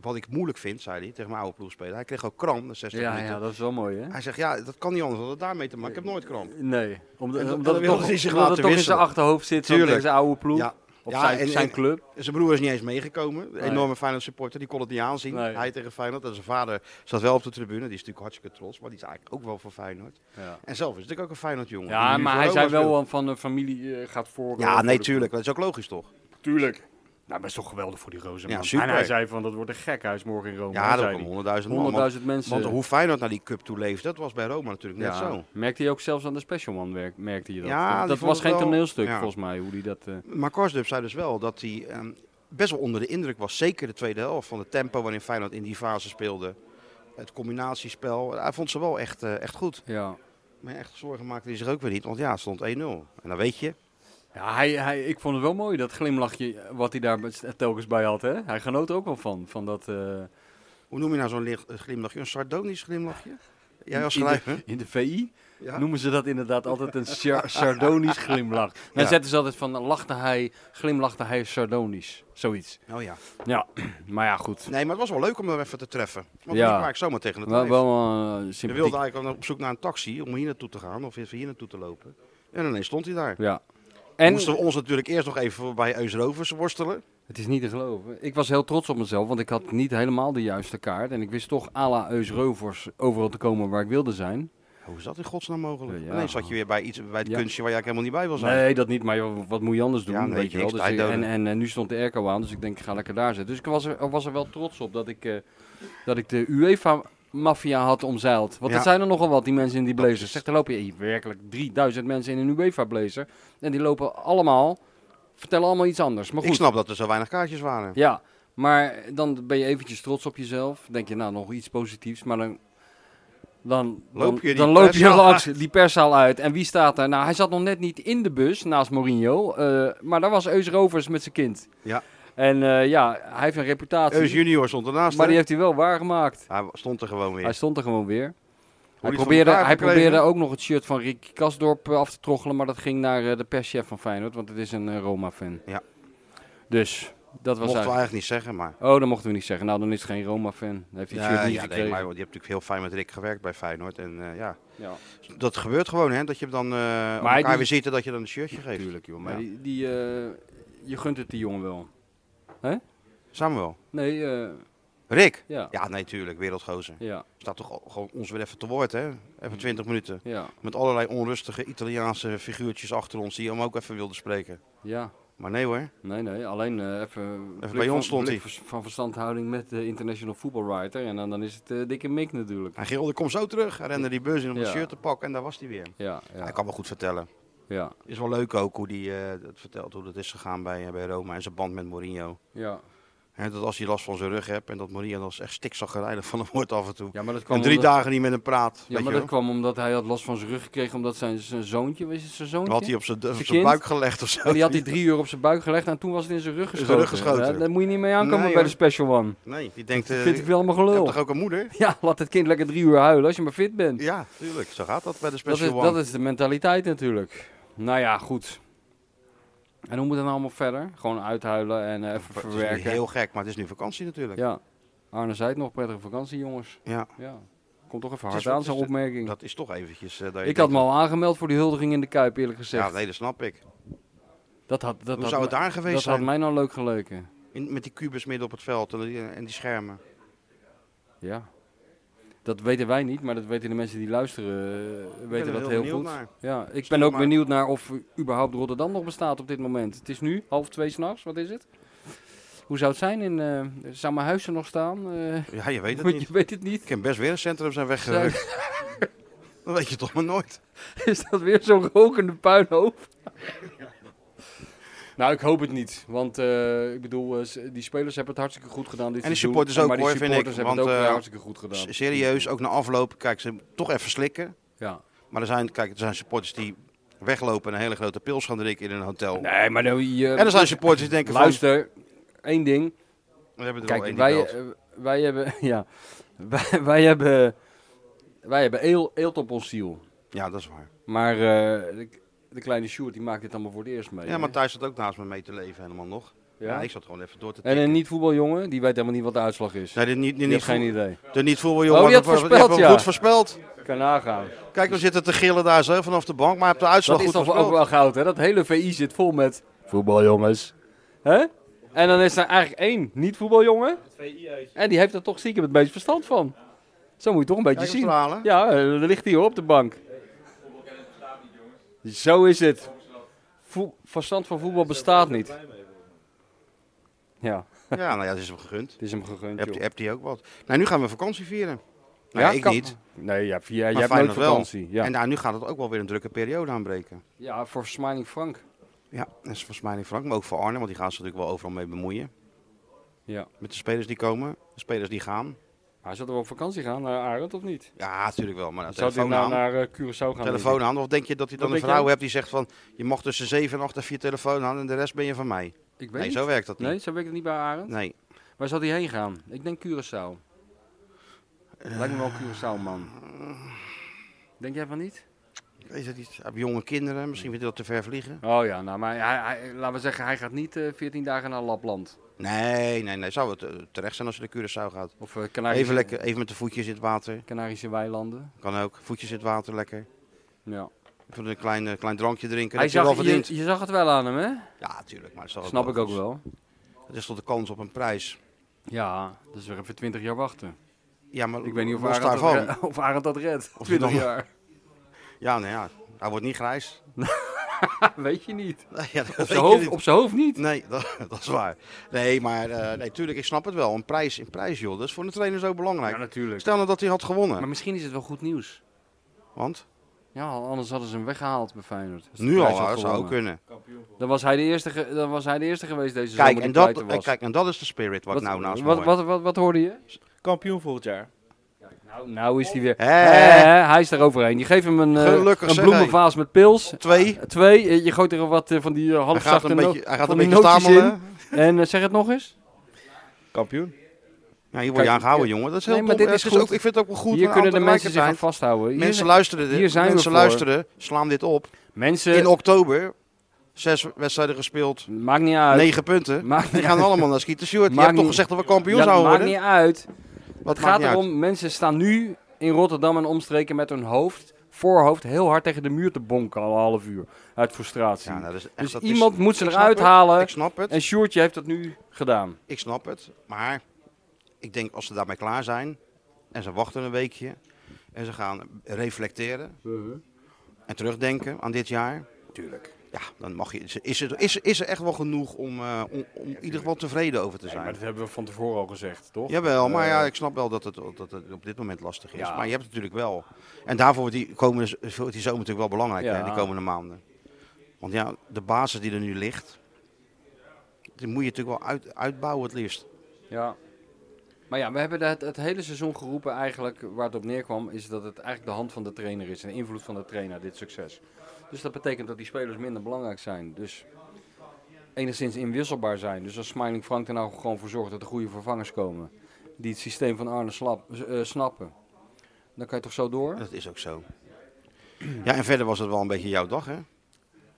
Speaker 1: wat ik moeilijk vind, zei hij, tegen mijn oude ploegspeler. Hij kreeg ook kramp na 60
Speaker 2: Ja,
Speaker 1: minuten.
Speaker 2: ja, dat is wel mooi, hè?
Speaker 1: Hij zegt, ja, dat kan niet anders dan het daarmee te maken. Ik heb nooit kramp.
Speaker 2: Nee. Omdat,
Speaker 1: En dan-
Speaker 2: omdat
Speaker 1: dan
Speaker 2: het
Speaker 1: wil
Speaker 2: toch,
Speaker 1: hij zich laten
Speaker 2: omdat het toch in zijn
Speaker 1: wisselen.
Speaker 2: achterhoofd zit, zo
Speaker 1: Tuurlijk.
Speaker 2: tegen zijn oude ploeg.
Speaker 1: Ja,
Speaker 2: Of
Speaker 1: Ja,
Speaker 2: zijn,
Speaker 1: en-
Speaker 2: zijn
Speaker 1: en-
Speaker 2: club.
Speaker 1: Zijn broer is niet eens meegekomen. Een
Speaker 2: Nee.
Speaker 1: enorme Feyenoord supporter, die kon het niet aanzien.
Speaker 2: Nee.
Speaker 1: Hij tegen Feyenoord. En zijn vader zat wel op de tribune. Die is natuurlijk hartstikke trots, maar die is eigenlijk ook wel voor Feyenoord.
Speaker 2: Ja,
Speaker 1: En zelf is natuurlijk ook een Feyenoord jongen.
Speaker 2: maar hij zei wel van de familie eh, gaat voor. eh,
Speaker 1: Ja,
Speaker 2: voor
Speaker 1: nee,
Speaker 2: de-
Speaker 1: tuurlijk. Dat is ook logisch, toch?
Speaker 2: Tuurlijk. Nou, best toch geweldig voor die rozen.
Speaker 1: Ja,
Speaker 2: man.
Speaker 1: super.
Speaker 2: En hij zei van dat wordt een gekhuis morgen in Rome.
Speaker 1: Ja, dat
Speaker 2: zei
Speaker 1: kwam
Speaker 2: hij.
Speaker 1: 100.000 man. Want,
Speaker 2: 100.000 mensen.
Speaker 1: want hoe Feyenoord naar die cup toe leefde, dat was bij Roma natuurlijk net
Speaker 2: Ja.
Speaker 1: zo.
Speaker 2: Merkte hij ook zelfs aan de Special Man, werk, merkte je dat?
Speaker 1: Ja,
Speaker 2: Want
Speaker 1: die
Speaker 2: dat
Speaker 1: vond
Speaker 2: was
Speaker 1: het
Speaker 2: geen
Speaker 1: wel-
Speaker 2: toneelstuk
Speaker 1: Ja.
Speaker 2: volgens mij, hoe die dat... eh,
Speaker 1: Maar Korsdub zei dus wel dat hij ehm, best wel onder de indruk was. Zeker de tweede helft van het tempo waarin Feyenoord in die fase speelde. Het combinatiespel. Hij vond ze wel echt, eh, echt goed.
Speaker 2: ja.
Speaker 1: Maar echt zorgen maakte hij zich ook weer niet. Want ja, het stond 1-0. En dan weet je,
Speaker 2: Ja, hij, hij, ik vond het wel mooi, dat glimlachje eh, wat hij daar be- telkens bij had. Hè? Hij genoot er ook wel van, van dat... eh,
Speaker 1: Hoe noem je nou zo'n licht- eh, glimlachje? Een sardonisch glimlachje? Jij als
Speaker 2: in,
Speaker 1: schrijver?
Speaker 2: de, in de VI
Speaker 1: Ja.
Speaker 2: noemen ze dat inderdaad altijd een sar- sardonisch glimlach. Dan
Speaker 1: Ja.
Speaker 2: zetten ze altijd van, lachte hij, glimlachte hij sardonisch. Zoiets.
Speaker 1: Oh ja.
Speaker 2: Ja, maar ja, goed.
Speaker 1: Nee, maar het was wel leuk om hem even te treffen. Want
Speaker 2: Ja.
Speaker 1: ja. kwam ik zomaar tegen het
Speaker 2: Wel,
Speaker 1: lijf.
Speaker 2: wel eh,
Speaker 1: Je
Speaker 2: sympathiek.
Speaker 1: wilde eigenlijk op zoek naar een taxi om hier naartoe te gaan of even hier naartoe te lopen. En ineens stond hij daar.
Speaker 2: Ja.
Speaker 1: En
Speaker 2: En
Speaker 1: moesten we ons natuurlijk eerst nog even bij Eus Rovers worstelen.
Speaker 2: Het is niet te geloven. Ik was heel trots op mezelf, want ik had niet helemaal de juiste kaart. En ik wist toch à la Eus Rovers overal te komen waar ik wilde zijn.
Speaker 1: Hoe is dat in godsnaam mogelijk?
Speaker 2: Ja.
Speaker 1: Ineens zat je weer bij, iets, bij het
Speaker 2: Ja.
Speaker 1: kunstje waar jij eigenlijk helemaal niet bij wil zijn.
Speaker 2: Nee, dat niet, maar joh, wat moet je anders doen?
Speaker 1: Ja, nee,
Speaker 2: weet je wel.
Speaker 1: niks,
Speaker 2: Dus ik- en,
Speaker 1: tijddoden.
Speaker 2: en, eh, nu stond de airco aan, dus ik denk ik ga lekker daar zitten. Dus ik was er, was er wel trots op dat ik, eh, dat ik de UEFA-maffia had omzeild. Want
Speaker 1: Ja.
Speaker 2: dat zijn er nogal wat, die mensen in die
Speaker 1: Dat
Speaker 2: blazers.
Speaker 1: is-
Speaker 2: Zeg, er lopen hier werkelijk 3000 mensen in een UEFA-blazer. En die lopen allemaal, vertellen allemaal iets anders. Maar goed,
Speaker 1: ik snap dat er zo weinig kaartjes waren.
Speaker 2: Ja, maar dan ben je eventjes trots op jezelf. Denk je, nou, nog iets positiefs. Maar dan, dan,
Speaker 1: Loop
Speaker 2: dan,
Speaker 1: je die
Speaker 2: dan loop je
Speaker 1: perszaal
Speaker 2: langs die perszaal uit. En wie staat er? Nou, hij zat nog net niet in de bus naast Mourinho. eh, maar daar was Eus Rovers met zijn kind.
Speaker 1: Ja.
Speaker 2: En eh, ja, hij heeft een reputatie.
Speaker 1: Eus Junior stond ernaast.
Speaker 2: maar
Speaker 1: hè?
Speaker 2: die heeft hij wel waargemaakt.
Speaker 1: Hij stond er gewoon weer.
Speaker 2: Hij stond er gewoon weer.
Speaker 1: Hoe
Speaker 2: Hij,
Speaker 1: die van
Speaker 2: probeerde,
Speaker 1: elkaar
Speaker 2: hij
Speaker 1: gekregen.
Speaker 2: probeerde ook nog het shirt van Rick Kasdorp eh, af te troggelen. Maar dat ging naar eh, de perschef van Feyenoord. Want het is een eh, Roma-fan.
Speaker 1: Ja.
Speaker 2: Dus
Speaker 1: Mochten we
Speaker 2: dat was eigenlijk...
Speaker 1: eigenlijk niet zeggen, maar...
Speaker 2: Oh, dat mochten we niet zeggen. Nou, dan is het geen Roma-fan. Dan heeft hij het shirt
Speaker 1: Ja,
Speaker 2: niet
Speaker 1: ja, nee,
Speaker 2: gekregen.
Speaker 1: maar je hebt natuurlijk heel fijn met Rick gewerkt bij Feyenoord. En eh, ja,
Speaker 2: Ja,
Speaker 1: Dat gebeurt gewoon, hè? Dat je hem dan eh
Speaker 2: Maar
Speaker 1: elkaar
Speaker 2: die-
Speaker 1: weer ziet en dat je dan een shirtje geeft.
Speaker 2: tuurlijk joh. Maar
Speaker 1: Ja.
Speaker 2: die, die, eh, je gunt het die jongen wel.
Speaker 1: Samuel.
Speaker 2: Nee, eh,
Speaker 1: Rick.
Speaker 2: ja.
Speaker 1: Ja, nee, tuurlijk. Wereldgozer.
Speaker 2: Ja,
Speaker 1: Staat toch al- gewoon ons weer even te woord, hè? Even
Speaker 2: Mm.
Speaker 1: 20 minuten.
Speaker 2: ja,
Speaker 1: Met allerlei onrustige Italiaanse figuurtjes achter ons die hem ook even wilden spreken.
Speaker 2: ja.
Speaker 1: Maar nee hoor.
Speaker 2: Nee, nee. Alleen eh, even... blik
Speaker 1: bij ons
Speaker 2: van-
Speaker 1: stond
Speaker 2: blik
Speaker 1: hij.
Speaker 2: vers- Van verstandhouding met de International Football Writer. En dan, dan is het eh, dikke mik natuurlijk.
Speaker 1: Hij gilde, kom zo terug. Hij rende die beurs in om
Speaker 2: Ja.
Speaker 1: een shirt te pakken en daar was hij weer.
Speaker 2: Ja, ja,
Speaker 1: Hij kan wel goed vertellen.
Speaker 2: ja.
Speaker 1: Is eh, wel leuk ook hoe hij eh, het vertelt, hoe dat is gegaan bij, bij Roma en zijn band met Mourinho.
Speaker 2: ja.
Speaker 1: Hè, dat als hij last van zijn rug hebt en dat Maria dan echt stikzagrijnig van hem wordt af en toe.
Speaker 2: Ja, maar dat kwam
Speaker 1: En drie
Speaker 2: omdat,
Speaker 1: dagen niet met hem praat.
Speaker 2: ja,
Speaker 1: weet
Speaker 2: maar
Speaker 1: je
Speaker 2: dat kwam omdat hij had last van zijn rug gekregen, omdat zijn, zijn zoontje, was het zijn
Speaker 1: wel.
Speaker 2: zoontje?
Speaker 1: had hij op zijn- op zijn
Speaker 2: kind?
Speaker 1: buik gelegd of zo.
Speaker 2: En die had hij drie uur op zijn buik gelegd en toen was het in zijn rug
Speaker 1: zijn
Speaker 2: geschoten.
Speaker 1: rug geschoten.
Speaker 2: Ja, daar moet je niet mee aankomen
Speaker 1: Nee,
Speaker 2: bij
Speaker 1: hoor.
Speaker 2: de Special One.
Speaker 1: Nee, die denkt,
Speaker 2: Dat
Speaker 1: eh,
Speaker 2: vind ik wel allemaal
Speaker 1: je hebt
Speaker 2: gelul.
Speaker 1: toch ook een moeder?
Speaker 2: Ja, laat het kind lekker drie uur huilen als je maar fit bent.
Speaker 1: Ja, tuurlijk. Zo gaat dat bij de
Speaker 2: Dat
Speaker 1: Special
Speaker 2: is,
Speaker 1: One.
Speaker 2: dat is de mentaliteit natuurlijk. Nou ja, goed. En hoe moet het nou allemaal verder? Gewoon uithuilen en eh, even
Speaker 1: Het is nu
Speaker 2: verwerken.
Speaker 1: heel gek, maar het is nu vakantie natuurlijk.
Speaker 2: Ja. Arne zei het nog, prettige vakantie jongens.
Speaker 1: Ja.
Speaker 2: Ja. Komt toch even
Speaker 1: Het is
Speaker 2: hard
Speaker 1: wel- het
Speaker 2: aan,
Speaker 1: is
Speaker 2: zo'n
Speaker 1: de-
Speaker 2: opmerking.
Speaker 1: Dat is toch eventjes... eh, dat je
Speaker 2: ik had me
Speaker 1: denkt,
Speaker 2: al aangemeld voor die huldiging in de Kuip, eerlijk gezegd.
Speaker 1: Ja, nee, dat snap ik.
Speaker 2: dat had, dat
Speaker 1: Hoe
Speaker 2: had
Speaker 1: zou
Speaker 2: me-
Speaker 1: het daar geweest
Speaker 2: dat had
Speaker 1: zijn?
Speaker 2: mij nou leuk geleken.
Speaker 1: In- met die kubus midden op het veld en die, eh, en die schermen.
Speaker 2: Ja. Dat weten wij niet, maar dat weten de mensen die luisteren, eh,
Speaker 1: Ik ben
Speaker 2: weten
Speaker 1: er
Speaker 2: dat heel,
Speaker 1: benieuwd
Speaker 2: goed.
Speaker 1: naar.
Speaker 2: Ja, ik
Speaker 1: Stel
Speaker 2: ben ook
Speaker 1: maar-
Speaker 2: benieuwd naar of überhaupt Rotterdam nog bestaat op dit moment. Het is nu half twee s'nachts, wat is het? Hoe zou het zijn? In, eh zou mijn huis er nog staan? Eh,
Speaker 1: Ja, je weet het
Speaker 2: want
Speaker 1: niet.
Speaker 2: Je weet het niet. eh,
Speaker 1: Ik kan best weer een centrum zijn
Speaker 2: Zou-
Speaker 1: weggerukt. Dat weet je toch maar nooit.
Speaker 2: Is dat weer zo'n rokende puinhoop? Nou, ik hoop het niet. Want eh, ik bedoel, eh, s- die spelers hebben het hartstikke goed gedaan. Dit
Speaker 1: En die
Speaker 2: seizoen.
Speaker 1: supporters ook,
Speaker 2: maar die
Speaker 1: hoor, vind ik,
Speaker 2: supporters hebben
Speaker 1: want,
Speaker 2: het ook weer
Speaker 1: eh,
Speaker 2: hartstikke goed gedaan.
Speaker 1: S- Serieus, ook na afloop. Kijk, ze toch even slikken.
Speaker 2: Ja.
Speaker 1: Maar er zijn, kijk, er zijn supporters die weglopen en een hele grote pils gaan drinken in een hotel.
Speaker 2: Nee, maar nou, je,
Speaker 1: En er zijn supporters die denken
Speaker 2: luister, één ding.
Speaker 1: van... We hebben er al
Speaker 2: Kijk,
Speaker 1: één
Speaker 2: wij,
Speaker 1: die belt.
Speaker 2: eh, wij hebben, ja, wij, wij hebben, wij hebben eel, eelt op ons ziel.
Speaker 1: Ja, dat is waar.
Speaker 2: Maar eh, de, de kleine Sjoerd die maakt dit allemaal voor het eerst mee.
Speaker 1: Ja,
Speaker 2: hè?
Speaker 1: maar Thijs zat ook naast me mee te leven helemaal nog. Ja?
Speaker 2: eh, Ja?
Speaker 1: ik zat gewoon even door te
Speaker 2: En
Speaker 1: tikken.
Speaker 2: een niet-voetbaljongen, die weet helemaal niet wat de uitslag is.
Speaker 1: Nee, dit niet, dit
Speaker 2: die
Speaker 1: niet,
Speaker 2: heeft geen
Speaker 1: voel-
Speaker 2: idee.
Speaker 1: de niet voetbaljongen.
Speaker 2: Oh, die had
Speaker 1: dat was-
Speaker 2: voorspeld,
Speaker 1: hem
Speaker 2: ja.
Speaker 1: goed voorspeld.
Speaker 2: Kan nagaan.
Speaker 1: Kijk, we zitten te gillen daar zo vanaf de bank, maar je hebt de uitslag
Speaker 2: Dat is
Speaker 1: goed
Speaker 2: toch
Speaker 1: voorspeld.
Speaker 2: ook wel goud, hè? Dat hele VI zit vol met voetbaljongens. Hè? En dan is er eigenlijk één niet-voetbaljongen. En die heeft er toch stiekem het meest verstand van. Zo moet je toch een beetje
Speaker 1: Kijk hem
Speaker 2: zien.
Speaker 1: stralen.
Speaker 2: Ja, eh, daar ligt hij hoor, op de bank. Zo is het. Voe- verstand van voetbal bestaat niet. Ja,
Speaker 1: Ja, nou ja, dat is hem gegund.
Speaker 2: het is hem gegund,
Speaker 1: Hebt
Speaker 2: joh.
Speaker 1: hebt hij ook wat? Nou, nu gaan we vakantie vieren. Nou,
Speaker 2: Ja,
Speaker 1: ik
Speaker 2: kan-
Speaker 1: niet.
Speaker 2: Nee, ja, via, jij hebt
Speaker 1: Feyenoord
Speaker 2: nooit
Speaker 1: wel.
Speaker 2: vakantie. Ja.
Speaker 1: En nou, nu gaat het ook wel weer een drukke periode aanbreken.
Speaker 2: ja, voor Smiling Frank.
Speaker 1: Ja, dat is volgens mij niet Frank, maar ook voor Arne, want die gaan ze natuurlijk wel overal mee bemoeien.
Speaker 2: Ja.
Speaker 1: Met de spelers die komen, de spelers die gaan.
Speaker 2: Hij zou er wel op vakantie gaan naar Arend, of niet?
Speaker 1: Ja, natuurlijk wel, maar nou,
Speaker 2: Zou hij
Speaker 1: telefoon
Speaker 2: nou
Speaker 1: aan.
Speaker 2: naar eh, Curaçao gaan?
Speaker 1: telefoon aan. Of denk je dat hij dan
Speaker 2: Wat
Speaker 1: een
Speaker 2: denk
Speaker 1: vrouw
Speaker 2: jij?
Speaker 1: hebt die zegt van, je mag tussen 7 en 8 even je telefoon aan en de rest ben je van mij.
Speaker 2: Ik weet
Speaker 1: Nee,
Speaker 2: niet.
Speaker 1: zo werkt dat niet.
Speaker 2: Nee, zo werkt het niet bij Arend.
Speaker 1: Nee.
Speaker 2: Waar zou hij heen gaan? Ik denk Curaçao. Lijkt me wel Curaçao, man.
Speaker 1: Eh.
Speaker 2: Denk jij van niet?
Speaker 1: Is dat niet? Hij heeft jonge kinderen, misschien vindt hij dat te ver vliegen.
Speaker 2: Oh ja, nou, maar hij, hij- laten we zeggen, hij gaat niet eh, 14 dagen naar Lapland.
Speaker 1: Nee, nee, nee. Zou het eh, terecht zijn als je naar Curaçao gaat.
Speaker 2: Of eh, Canarische,
Speaker 1: Even lekker, even met de voetjes in het water.
Speaker 2: Canarische weilanden.
Speaker 1: Kan ook. Voetjes in het water, lekker.
Speaker 2: Ja.
Speaker 1: Even een klein, eh, klein drankje drinken.
Speaker 2: Hij
Speaker 1: dat heb je
Speaker 2: zag,
Speaker 1: wel
Speaker 2: je,
Speaker 1: verdiend.
Speaker 2: je zag het wel aan hem, hè?
Speaker 1: Ja, tuurlijk. Maar Oh, dat is toch
Speaker 2: Snap ik ook
Speaker 1: goed.
Speaker 2: wel.
Speaker 1: Het is tot de kans op een prijs.
Speaker 2: Ja, dus weer even 20 jaar wachten.
Speaker 1: Ja, maar
Speaker 2: Ik weet niet of
Speaker 1: los
Speaker 2: Arend,
Speaker 1: daarvan.
Speaker 2: dat, re- of Arend dat redt.
Speaker 1: Of
Speaker 2: 20
Speaker 1: dan-
Speaker 2: jaar.
Speaker 1: Ja, nou ja. Hij wordt niet grijs.
Speaker 2: weet je niet.
Speaker 1: Nee, ja, dat
Speaker 2: Op
Speaker 1: weet
Speaker 2: zijn
Speaker 1: je
Speaker 2: hoofd,
Speaker 1: niet.
Speaker 2: op zijn hoofd niet.
Speaker 1: Nee, dat, dat is waar. Nee, maar eh, nee, tuurlijk, ik snap het wel. Een prijs in prijs, joh. Dat is voor een trainer zo belangrijk.
Speaker 2: Ja, natuurlijk.
Speaker 1: Stel nou dat hij had gewonnen.
Speaker 2: Maar misschien is het wel goed nieuws.
Speaker 1: Want
Speaker 2: Ja, anders hadden ze hem weggehaald bij Feyenoord. Als de
Speaker 1: nu
Speaker 2: prijs
Speaker 1: al,
Speaker 2: had
Speaker 1: dat zou ook
Speaker 2: gewonnen.
Speaker 1: kunnen.
Speaker 2: Dan was hij de eerste, ge- dan was hij de eerste geweest deze
Speaker 1: Kijk
Speaker 2: zomer
Speaker 1: en,
Speaker 2: die
Speaker 1: dat,
Speaker 2: pleiten was.
Speaker 1: kijk, en dat is de spirit wat, ik nou naast me
Speaker 2: wat,
Speaker 1: hoor.
Speaker 2: wat, wat, wat hoorde je?
Speaker 3: Kampioen volgend jaar.
Speaker 2: Nou, nou is hij weer...
Speaker 1: Hé.
Speaker 2: Hé, hij is er overheen. Je geeft hem een, eh,
Speaker 1: Gelukkig,
Speaker 2: een
Speaker 1: zeg,
Speaker 2: bloemenvaas met pils.
Speaker 1: Twee.
Speaker 2: Twee, eh, je gooit er wat eh, van die eh,
Speaker 1: Hij gaat
Speaker 2: halfzachte
Speaker 1: een
Speaker 2: no-
Speaker 1: beetje, hij gaat
Speaker 2: van
Speaker 1: een
Speaker 2: die
Speaker 1: beetje
Speaker 2: nootjes
Speaker 1: stamelen.
Speaker 2: in. En eh, zeg het nog eens.
Speaker 3: Kampioen.
Speaker 1: Ja, hier word
Speaker 2: Kijk,
Speaker 1: je aan gehouden,
Speaker 2: ja.
Speaker 1: jongen. Dat is heel
Speaker 2: Nee, maar
Speaker 1: dom.
Speaker 2: dit
Speaker 1: Ja,
Speaker 2: is
Speaker 1: het
Speaker 2: goed.
Speaker 1: ook, ik vind het ook wel goed.
Speaker 2: Hier
Speaker 1: maar
Speaker 2: kunnen de mensen zich aan
Speaker 1: tegelijkertijd-
Speaker 2: vasthouden. Hier
Speaker 1: Mensen
Speaker 2: zijn-
Speaker 1: luisteren dit.
Speaker 2: hier zijn we
Speaker 1: mensen
Speaker 2: voor.
Speaker 1: luisteren. Slaan dit op.
Speaker 2: mensen
Speaker 1: In oktober. Zes wedstrijden gespeeld.
Speaker 2: maakt niet uit.
Speaker 1: Negen punten.
Speaker 2: Maakt
Speaker 1: Die
Speaker 2: niet
Speaker 1: gaan allemaal naar Schieten Sjoerd. Je
Speaker 2: Maakt
Speaker 1: hebt toch
Speaker 2: niet-
Speaker 1: gezegd dat we kampioen
Speaker 2: Ja,
Speaker 1: zouden
Speaker 2: maakt
Speaker 1: worden?
Speaker 2: niet uit.
Speaker 1: Wat
Speaker 2: Het
Speaker 1: maakt
Speaker 2: gaat
Speaker 1: niet uit?
Speaker 2: erom, mensen staan nu in Rotterdam en omstreken met hun hoofd, voorhoofd, heel hard tegen de muur te bonken al een half uur. Uit frustratie.
Speaker 1: Ja, nou, dat is echt-
Speaker 2: dus
Speaker 1: dat is-
Speaker 2: iemand moet ze
Speaker 1: ik snap
Speaker 2: eruit
Speaker 1: het,
Speaker 2: halen.
Speaker 1: Ik snap het.
Speaker 2: En Sjoertje heeft dat nu gedaan.
Speaker 1: Ik snap het, maar ik denk als ze daarmee klaar zijn en ze wachten een weekje en ze gaan reflecteren
Speaker 2: Mhm.
Speaker 1: en terugdenken aan dit jaar.
Speaker 2: Tuurlijk.
Speaker 1: Ja, dan mag je. Is er, is, is er echt wel genoeg om, eh, om, om in ieder geval tevreden over te
Speaker 2: maar
Speaker 1: zijn?
Speaker 2: dat hebben we van tevoren al gezegd, toch?
Speaker 1: Jawel, maar ja,
Speaker 2: Eh,
Speaker 1: ik snap wel dat het, dat het op dit moment lastig is.
Speaker 2: Ja.
Speaker 1: Maar je hebt het natuurlijk wel. En daarvoor wordt die, komende, z- wordt die zomer natuurlijk wel belangrijk,
Speaker 2: Ja.
Speaker 1: hè, die komende maanden. Want ja, de basis die er nu ligt, die moet je natuurlijk wel uit, uitbouwen het liefst.
Speaker 2: Ja. Maar ja, we hebben het, het hele seizoen geroepen eigenlijk, waar het op neerkwam, is dat het eigenlijk de hand van de trainer is. En de invloed van de trainer, dit succes. Dus dat betekent dat die spelers minder belangrijk zijn. Dus enigszins inwisselbaar zijn. Dus als Smiling Frank er nou gewoon voor zorgt dat er goede vervangers komen. Die het systeem van Arne slap, eh, snappen. Dan kan je toch zo door?
Speaker 1: Dat is ook zo. Ja, en verder was het wel een beetje jouw dag, hè?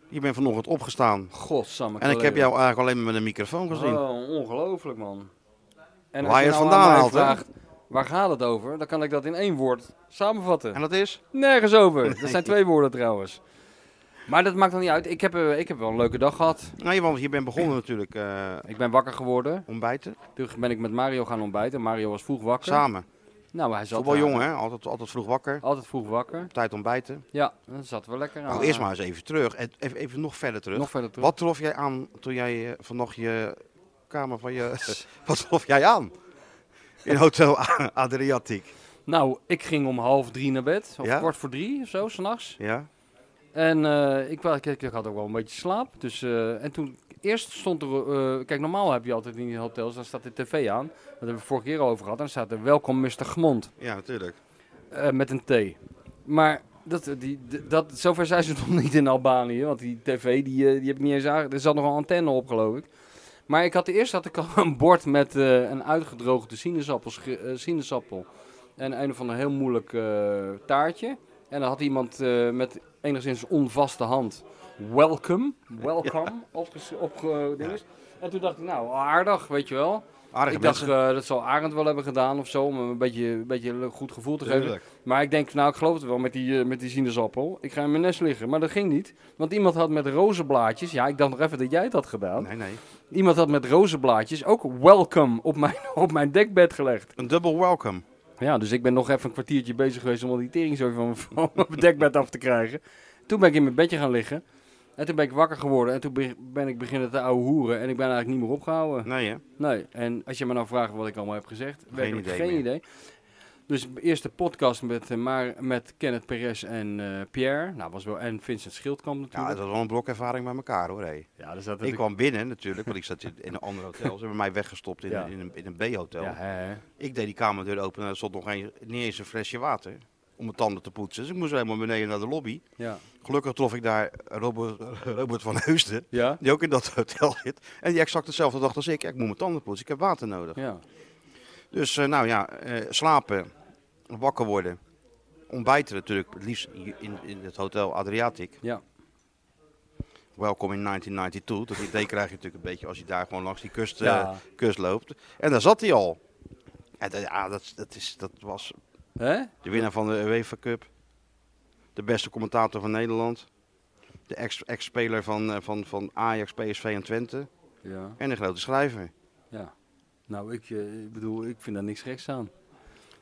Speaker 1: Je bent vanochtend opgestaan.
Speaker 2: Godsamme.
Speaker 1: En ik heb jou eigenlijk alleen maar met een microfoon gezien.
Speaker 2: Oh, ongelooflijk man. En nou
Speaker 1: Waar je het vandaan
Speaker 2: aan mij
Speaker 1: haalt, hè?
Speaker 2: waar gaat het over? Dan kan ik dat in één woord samenvatten.
Speaker 1: En dat is?
Speaker 2: Nergens over. Dat zijn twee woorden trouwens. Maar dat maakt dan niet uit. Ik heb, eh, ik heb wel een leuke dag gehad.
Speaker 1: Nou, je- want je bent begonnen natuurlijk eh,
Speaker 2: Ik ben wakker geworden.
Speaker 1: ontbijten.
Speaker 2: Toen ben ik met Mario gaan ontbijten. Mario was vroeg wakker.
Speaker 1: Samen.
Speaker 2: Nou, hij zat
Speaker 1: Toch wel
Speaker 2: daar-
Speaker 1: jong, hè? Altijd, altijd vroeg wakker.
Speaker 2: Altijd vroeg wakker.
Speaker 1: Op tijd ontbijten.
Speaker 2: Ja, dat zat wel lekker aan.
Speaker 1: Nou, eerst maar eens even terug. En Even, even nog verder terug.
Speaker 2: eh, Nog verder terug.
Speaker 1: Wat trof jij aan toen jij eh, vanochtend je kamer van je... Wat trof jij aan? In Hotel A- Adriatic.
Speaker 2: Nou, ik ging om half drie naar bed. Of
Speaker 1: Ja?
Speaker 2: kwart voor drie of zo, s'nachts.
Speaker 1: Ja?
Speaker 2: En eh, ik, wa- ik, ik had ook wel een beetje slaap. Dus, eh, en toen, eerst stond er... eh, kijk, normaal heb je altijd in die hotels, dan staat de tv aan. Dat hebben we vorige keer al over gehad. En dan staat er welkom Mr. Gmond
Speaker 1: Ja, natuurlijk.
Speaker 2: eh, met een T. Maar dat, eh, die, d- dat, zover zijn ze nog niet in Albanië. Want die tv, die, eh, die heb ik niet eens aange... Er zat nog een antenne op, geloof ik. Maar ik had eerst had ik al een bord met eh, een uitgedroogde sinaasappel, eh, sinaasappel. En een of ander heel moeilijk eh, taartje. En dan had iemand eh, met enigszins onvaste hand... Welcome, welcome, opges- opge- dinges. En toen dacht ik, nou, aardig, weet je wel.
Speaker 1: Aardige
Speaker 2: ik dacht,
Speaker 1: mensen.
Speaker 2: eh, dat zal Arend wel hebben gedaan of zo, om hem een beetje, een beetje een goed gevoel te geven.
Speaker 1: Tuurlijk.
Speaker 2: Maar ik denk, nou, ik geloof het wel met die, eh, met die sinaasappel. Ik ga in mijn nest liggen. Maar dat ging niet. Want iemand had met rozenblaadjes. Ja, ik dacht nog even dat jij het had gedaan.
Speaker 1: Nee, nee.
Speaker 2: Iemand had met rozenblaadjes ook welcome op mijn, op mijn dekbed gelegd.
Speaker 1: Een dubbel welcome.
Speaker 2: Ja, dus ik ben nog even een kwartiertje bezig geweest om al die teringzooi van mijn, van mijn dekbed af te krijgen. Toen ben ik in mijn bedje gaan liggen. En toen ben ik wakker geworden. En toen be- ben ik beginnen te ouwe hoeren. En ik ben eigenlijk niet meer opgehouden.
Speaker 1: Nee, hè?
Speaker 2: Nee, en als je me nou vraagt wat ik allemaal heb gezegd, werkelijk
Speaker 1: idee
Speaker 2: geen
Speaker 1: meer.
Speaker 2: idee. Dus eerst de podcast met, eh, maar, met Kenneth Perez en eh, Pierre. Nou, was wel, en Vincent Schildkamp
Speaker 1: Ja, dat
Speaker 2: natuurlijk.
Speaker 1: was wel een blokervaring bij elkaar, hoor. hé.
Speaker 2: Ja, dus dat
Speaker 1: Ik kwam binnen natuurlijk, want ik zat in in een ander hotel. Ze hebben mij weggestopt in,
Speaker 2: Ja.
Speaker 1: in een, in een B-hotel.
Speaker 2: Ja, hè, hè.
Speaker 1: Ik deed die kamerdeur open en er stond nog geen, niet eens een flesje water om mijn tanden te poetsen. Dus ik moest helemaal beneden naar de lobby.
Speaker 2: ja.
Speaker 1: Gelukkig trof ik daar Robert, Robert van Heusden,
Speaker 2: Ja?
Speaker 1: die ook in dat hotel zit. En die exact dezelfde dag als ik. Ja, ik moet mijn tanden poetsen, ik heb water nodig.
Speaker 2: Ja.
Speaker 1: Dus eh, nou ja, eh, slapen, wakker worden, ontbijten natuurlijk. Het liefst in, in het hotel Adriatic.
Speaker 2: Ja.
Speaker 1: Welkom in 1992. Dat idee krijg je natuurlijk een beetje als je daar gewoon langs die kust,
Speaker 2: Ja.
Speaker 1: eh, kust loopt. En daar zat hij al. En, dat- ja, dat, dat, is, dat was
Speaker 2: Hè?
Speaker 1: de winnaar van de UEFA Cup. De beste commentator van Nederland. De ex- ex-speler van, eh, van, van Ajax, PSV en Twente.
Speaker 2: Ja.
Speaker 1: En een grote schrijver.
Speaker 2: Ja. Nou, ik, eh, ik bedoel, ik vind daar niks geks aan.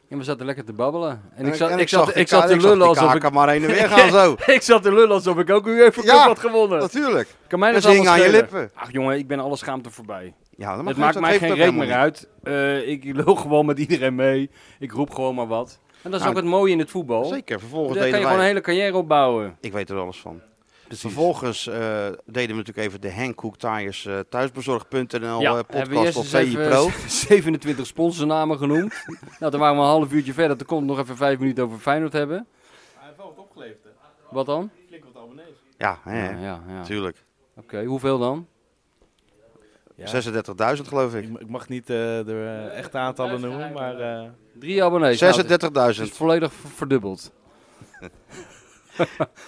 Speaker 2: Ja, we zaten lekker te babbelen. En, ik zat,
Speaker 1: en
Speaker 2: ik zat,
Speaker 1: die
Speaker 2: ik zat
Speaker 1: ka-
Speaker 2: te lullen
Speaker 1: Ik zag
Speaker 2: alsof
Speaker 1: die
Speaker 2: ik...
Speaker 1: kaken maar heen en weer gaan zo.
Speaker 2: Ik zat te lullen alsof ik ook een UEFA Cup
Speaker 1: Ja.
Speaker 2: had gewonnen.
Speaker 1: Natuurlijk.
Speaker 2: Kan mij
Speaker 1: Dat
Speaker 2: dat allemaal
Speaker 1: hing aan je
Speaker 2: schelen?
Speaker 1: lippen.
Speaker 2: Ach jongen, ik ben alle schaamte voorbij.
Speaker 1: Ja, dat mag
Speaker 2: Het
Speaker 1: niet,
Speaker 2: maakt
Speaker 1: dat
Speaker 2: mij
Speaker 1: heeft
Speaker 2: geen
Speaker 1: ook
Speaker 2: reet
Speaker 1: helemaal
Speaker 2: meer uit. Eh, ik loop gewoon met iedereen mee. Ik roep gewoon maar wat. En dat is
Speaker 1: Nou,
Speaker 2: ook het mooie in het
Speaker 1: niet.
Speaker 2: voetbal.
Speaker 1: Zeker,
Speaker 2: Daar
Speaker 1: vervolgens
Speaker 2: kan je
Speaker 1: deden
Speaker 2: gewoon een
Speaker 1: wij...
Speaker 2: hele carrière opbouwen.
Speaker 1: Ik weet er alles van.
Speaker 2: Precies.
Speaker 1: Vervolgens eh, deden we natuurlijk even de Hankook Tires eh, thuisbezorg.nl eh,
Speaker 2: hebben we
Speaker 1: podcast op
Speaker 2: eens
Speaker 1: VI
Speaker 2: even
Speaker 1: Pro.
Speaker 2: 27 sponsornamen genoemd. nou, toen waren we een half uurtje verder. Toen kon ik nog even vijf minuten over Feyenoord hebben.
Speaker 3: Hij heeft wel wat opgeleverd, hè?
Speaker 2: Wat dan?
Speaker 3: Flink wat abonnees.
Speaker 1: Ja, hè,
Speaker 2: ja, ja. ja. Oké,
Speaker 1: natuurlijk.
Speaker 2: hoeveel dan?
Speaker 1: 36.000 geloof ik.
Speaker 3: Ik, ik mag niet eh, de eh, echte aantallen noemen, maar... eh,
Speaker 2: Drie abonnees. Nou, dat
Speaker 1: 36.000.
Speaker 2: is volledig v- verdubbeld.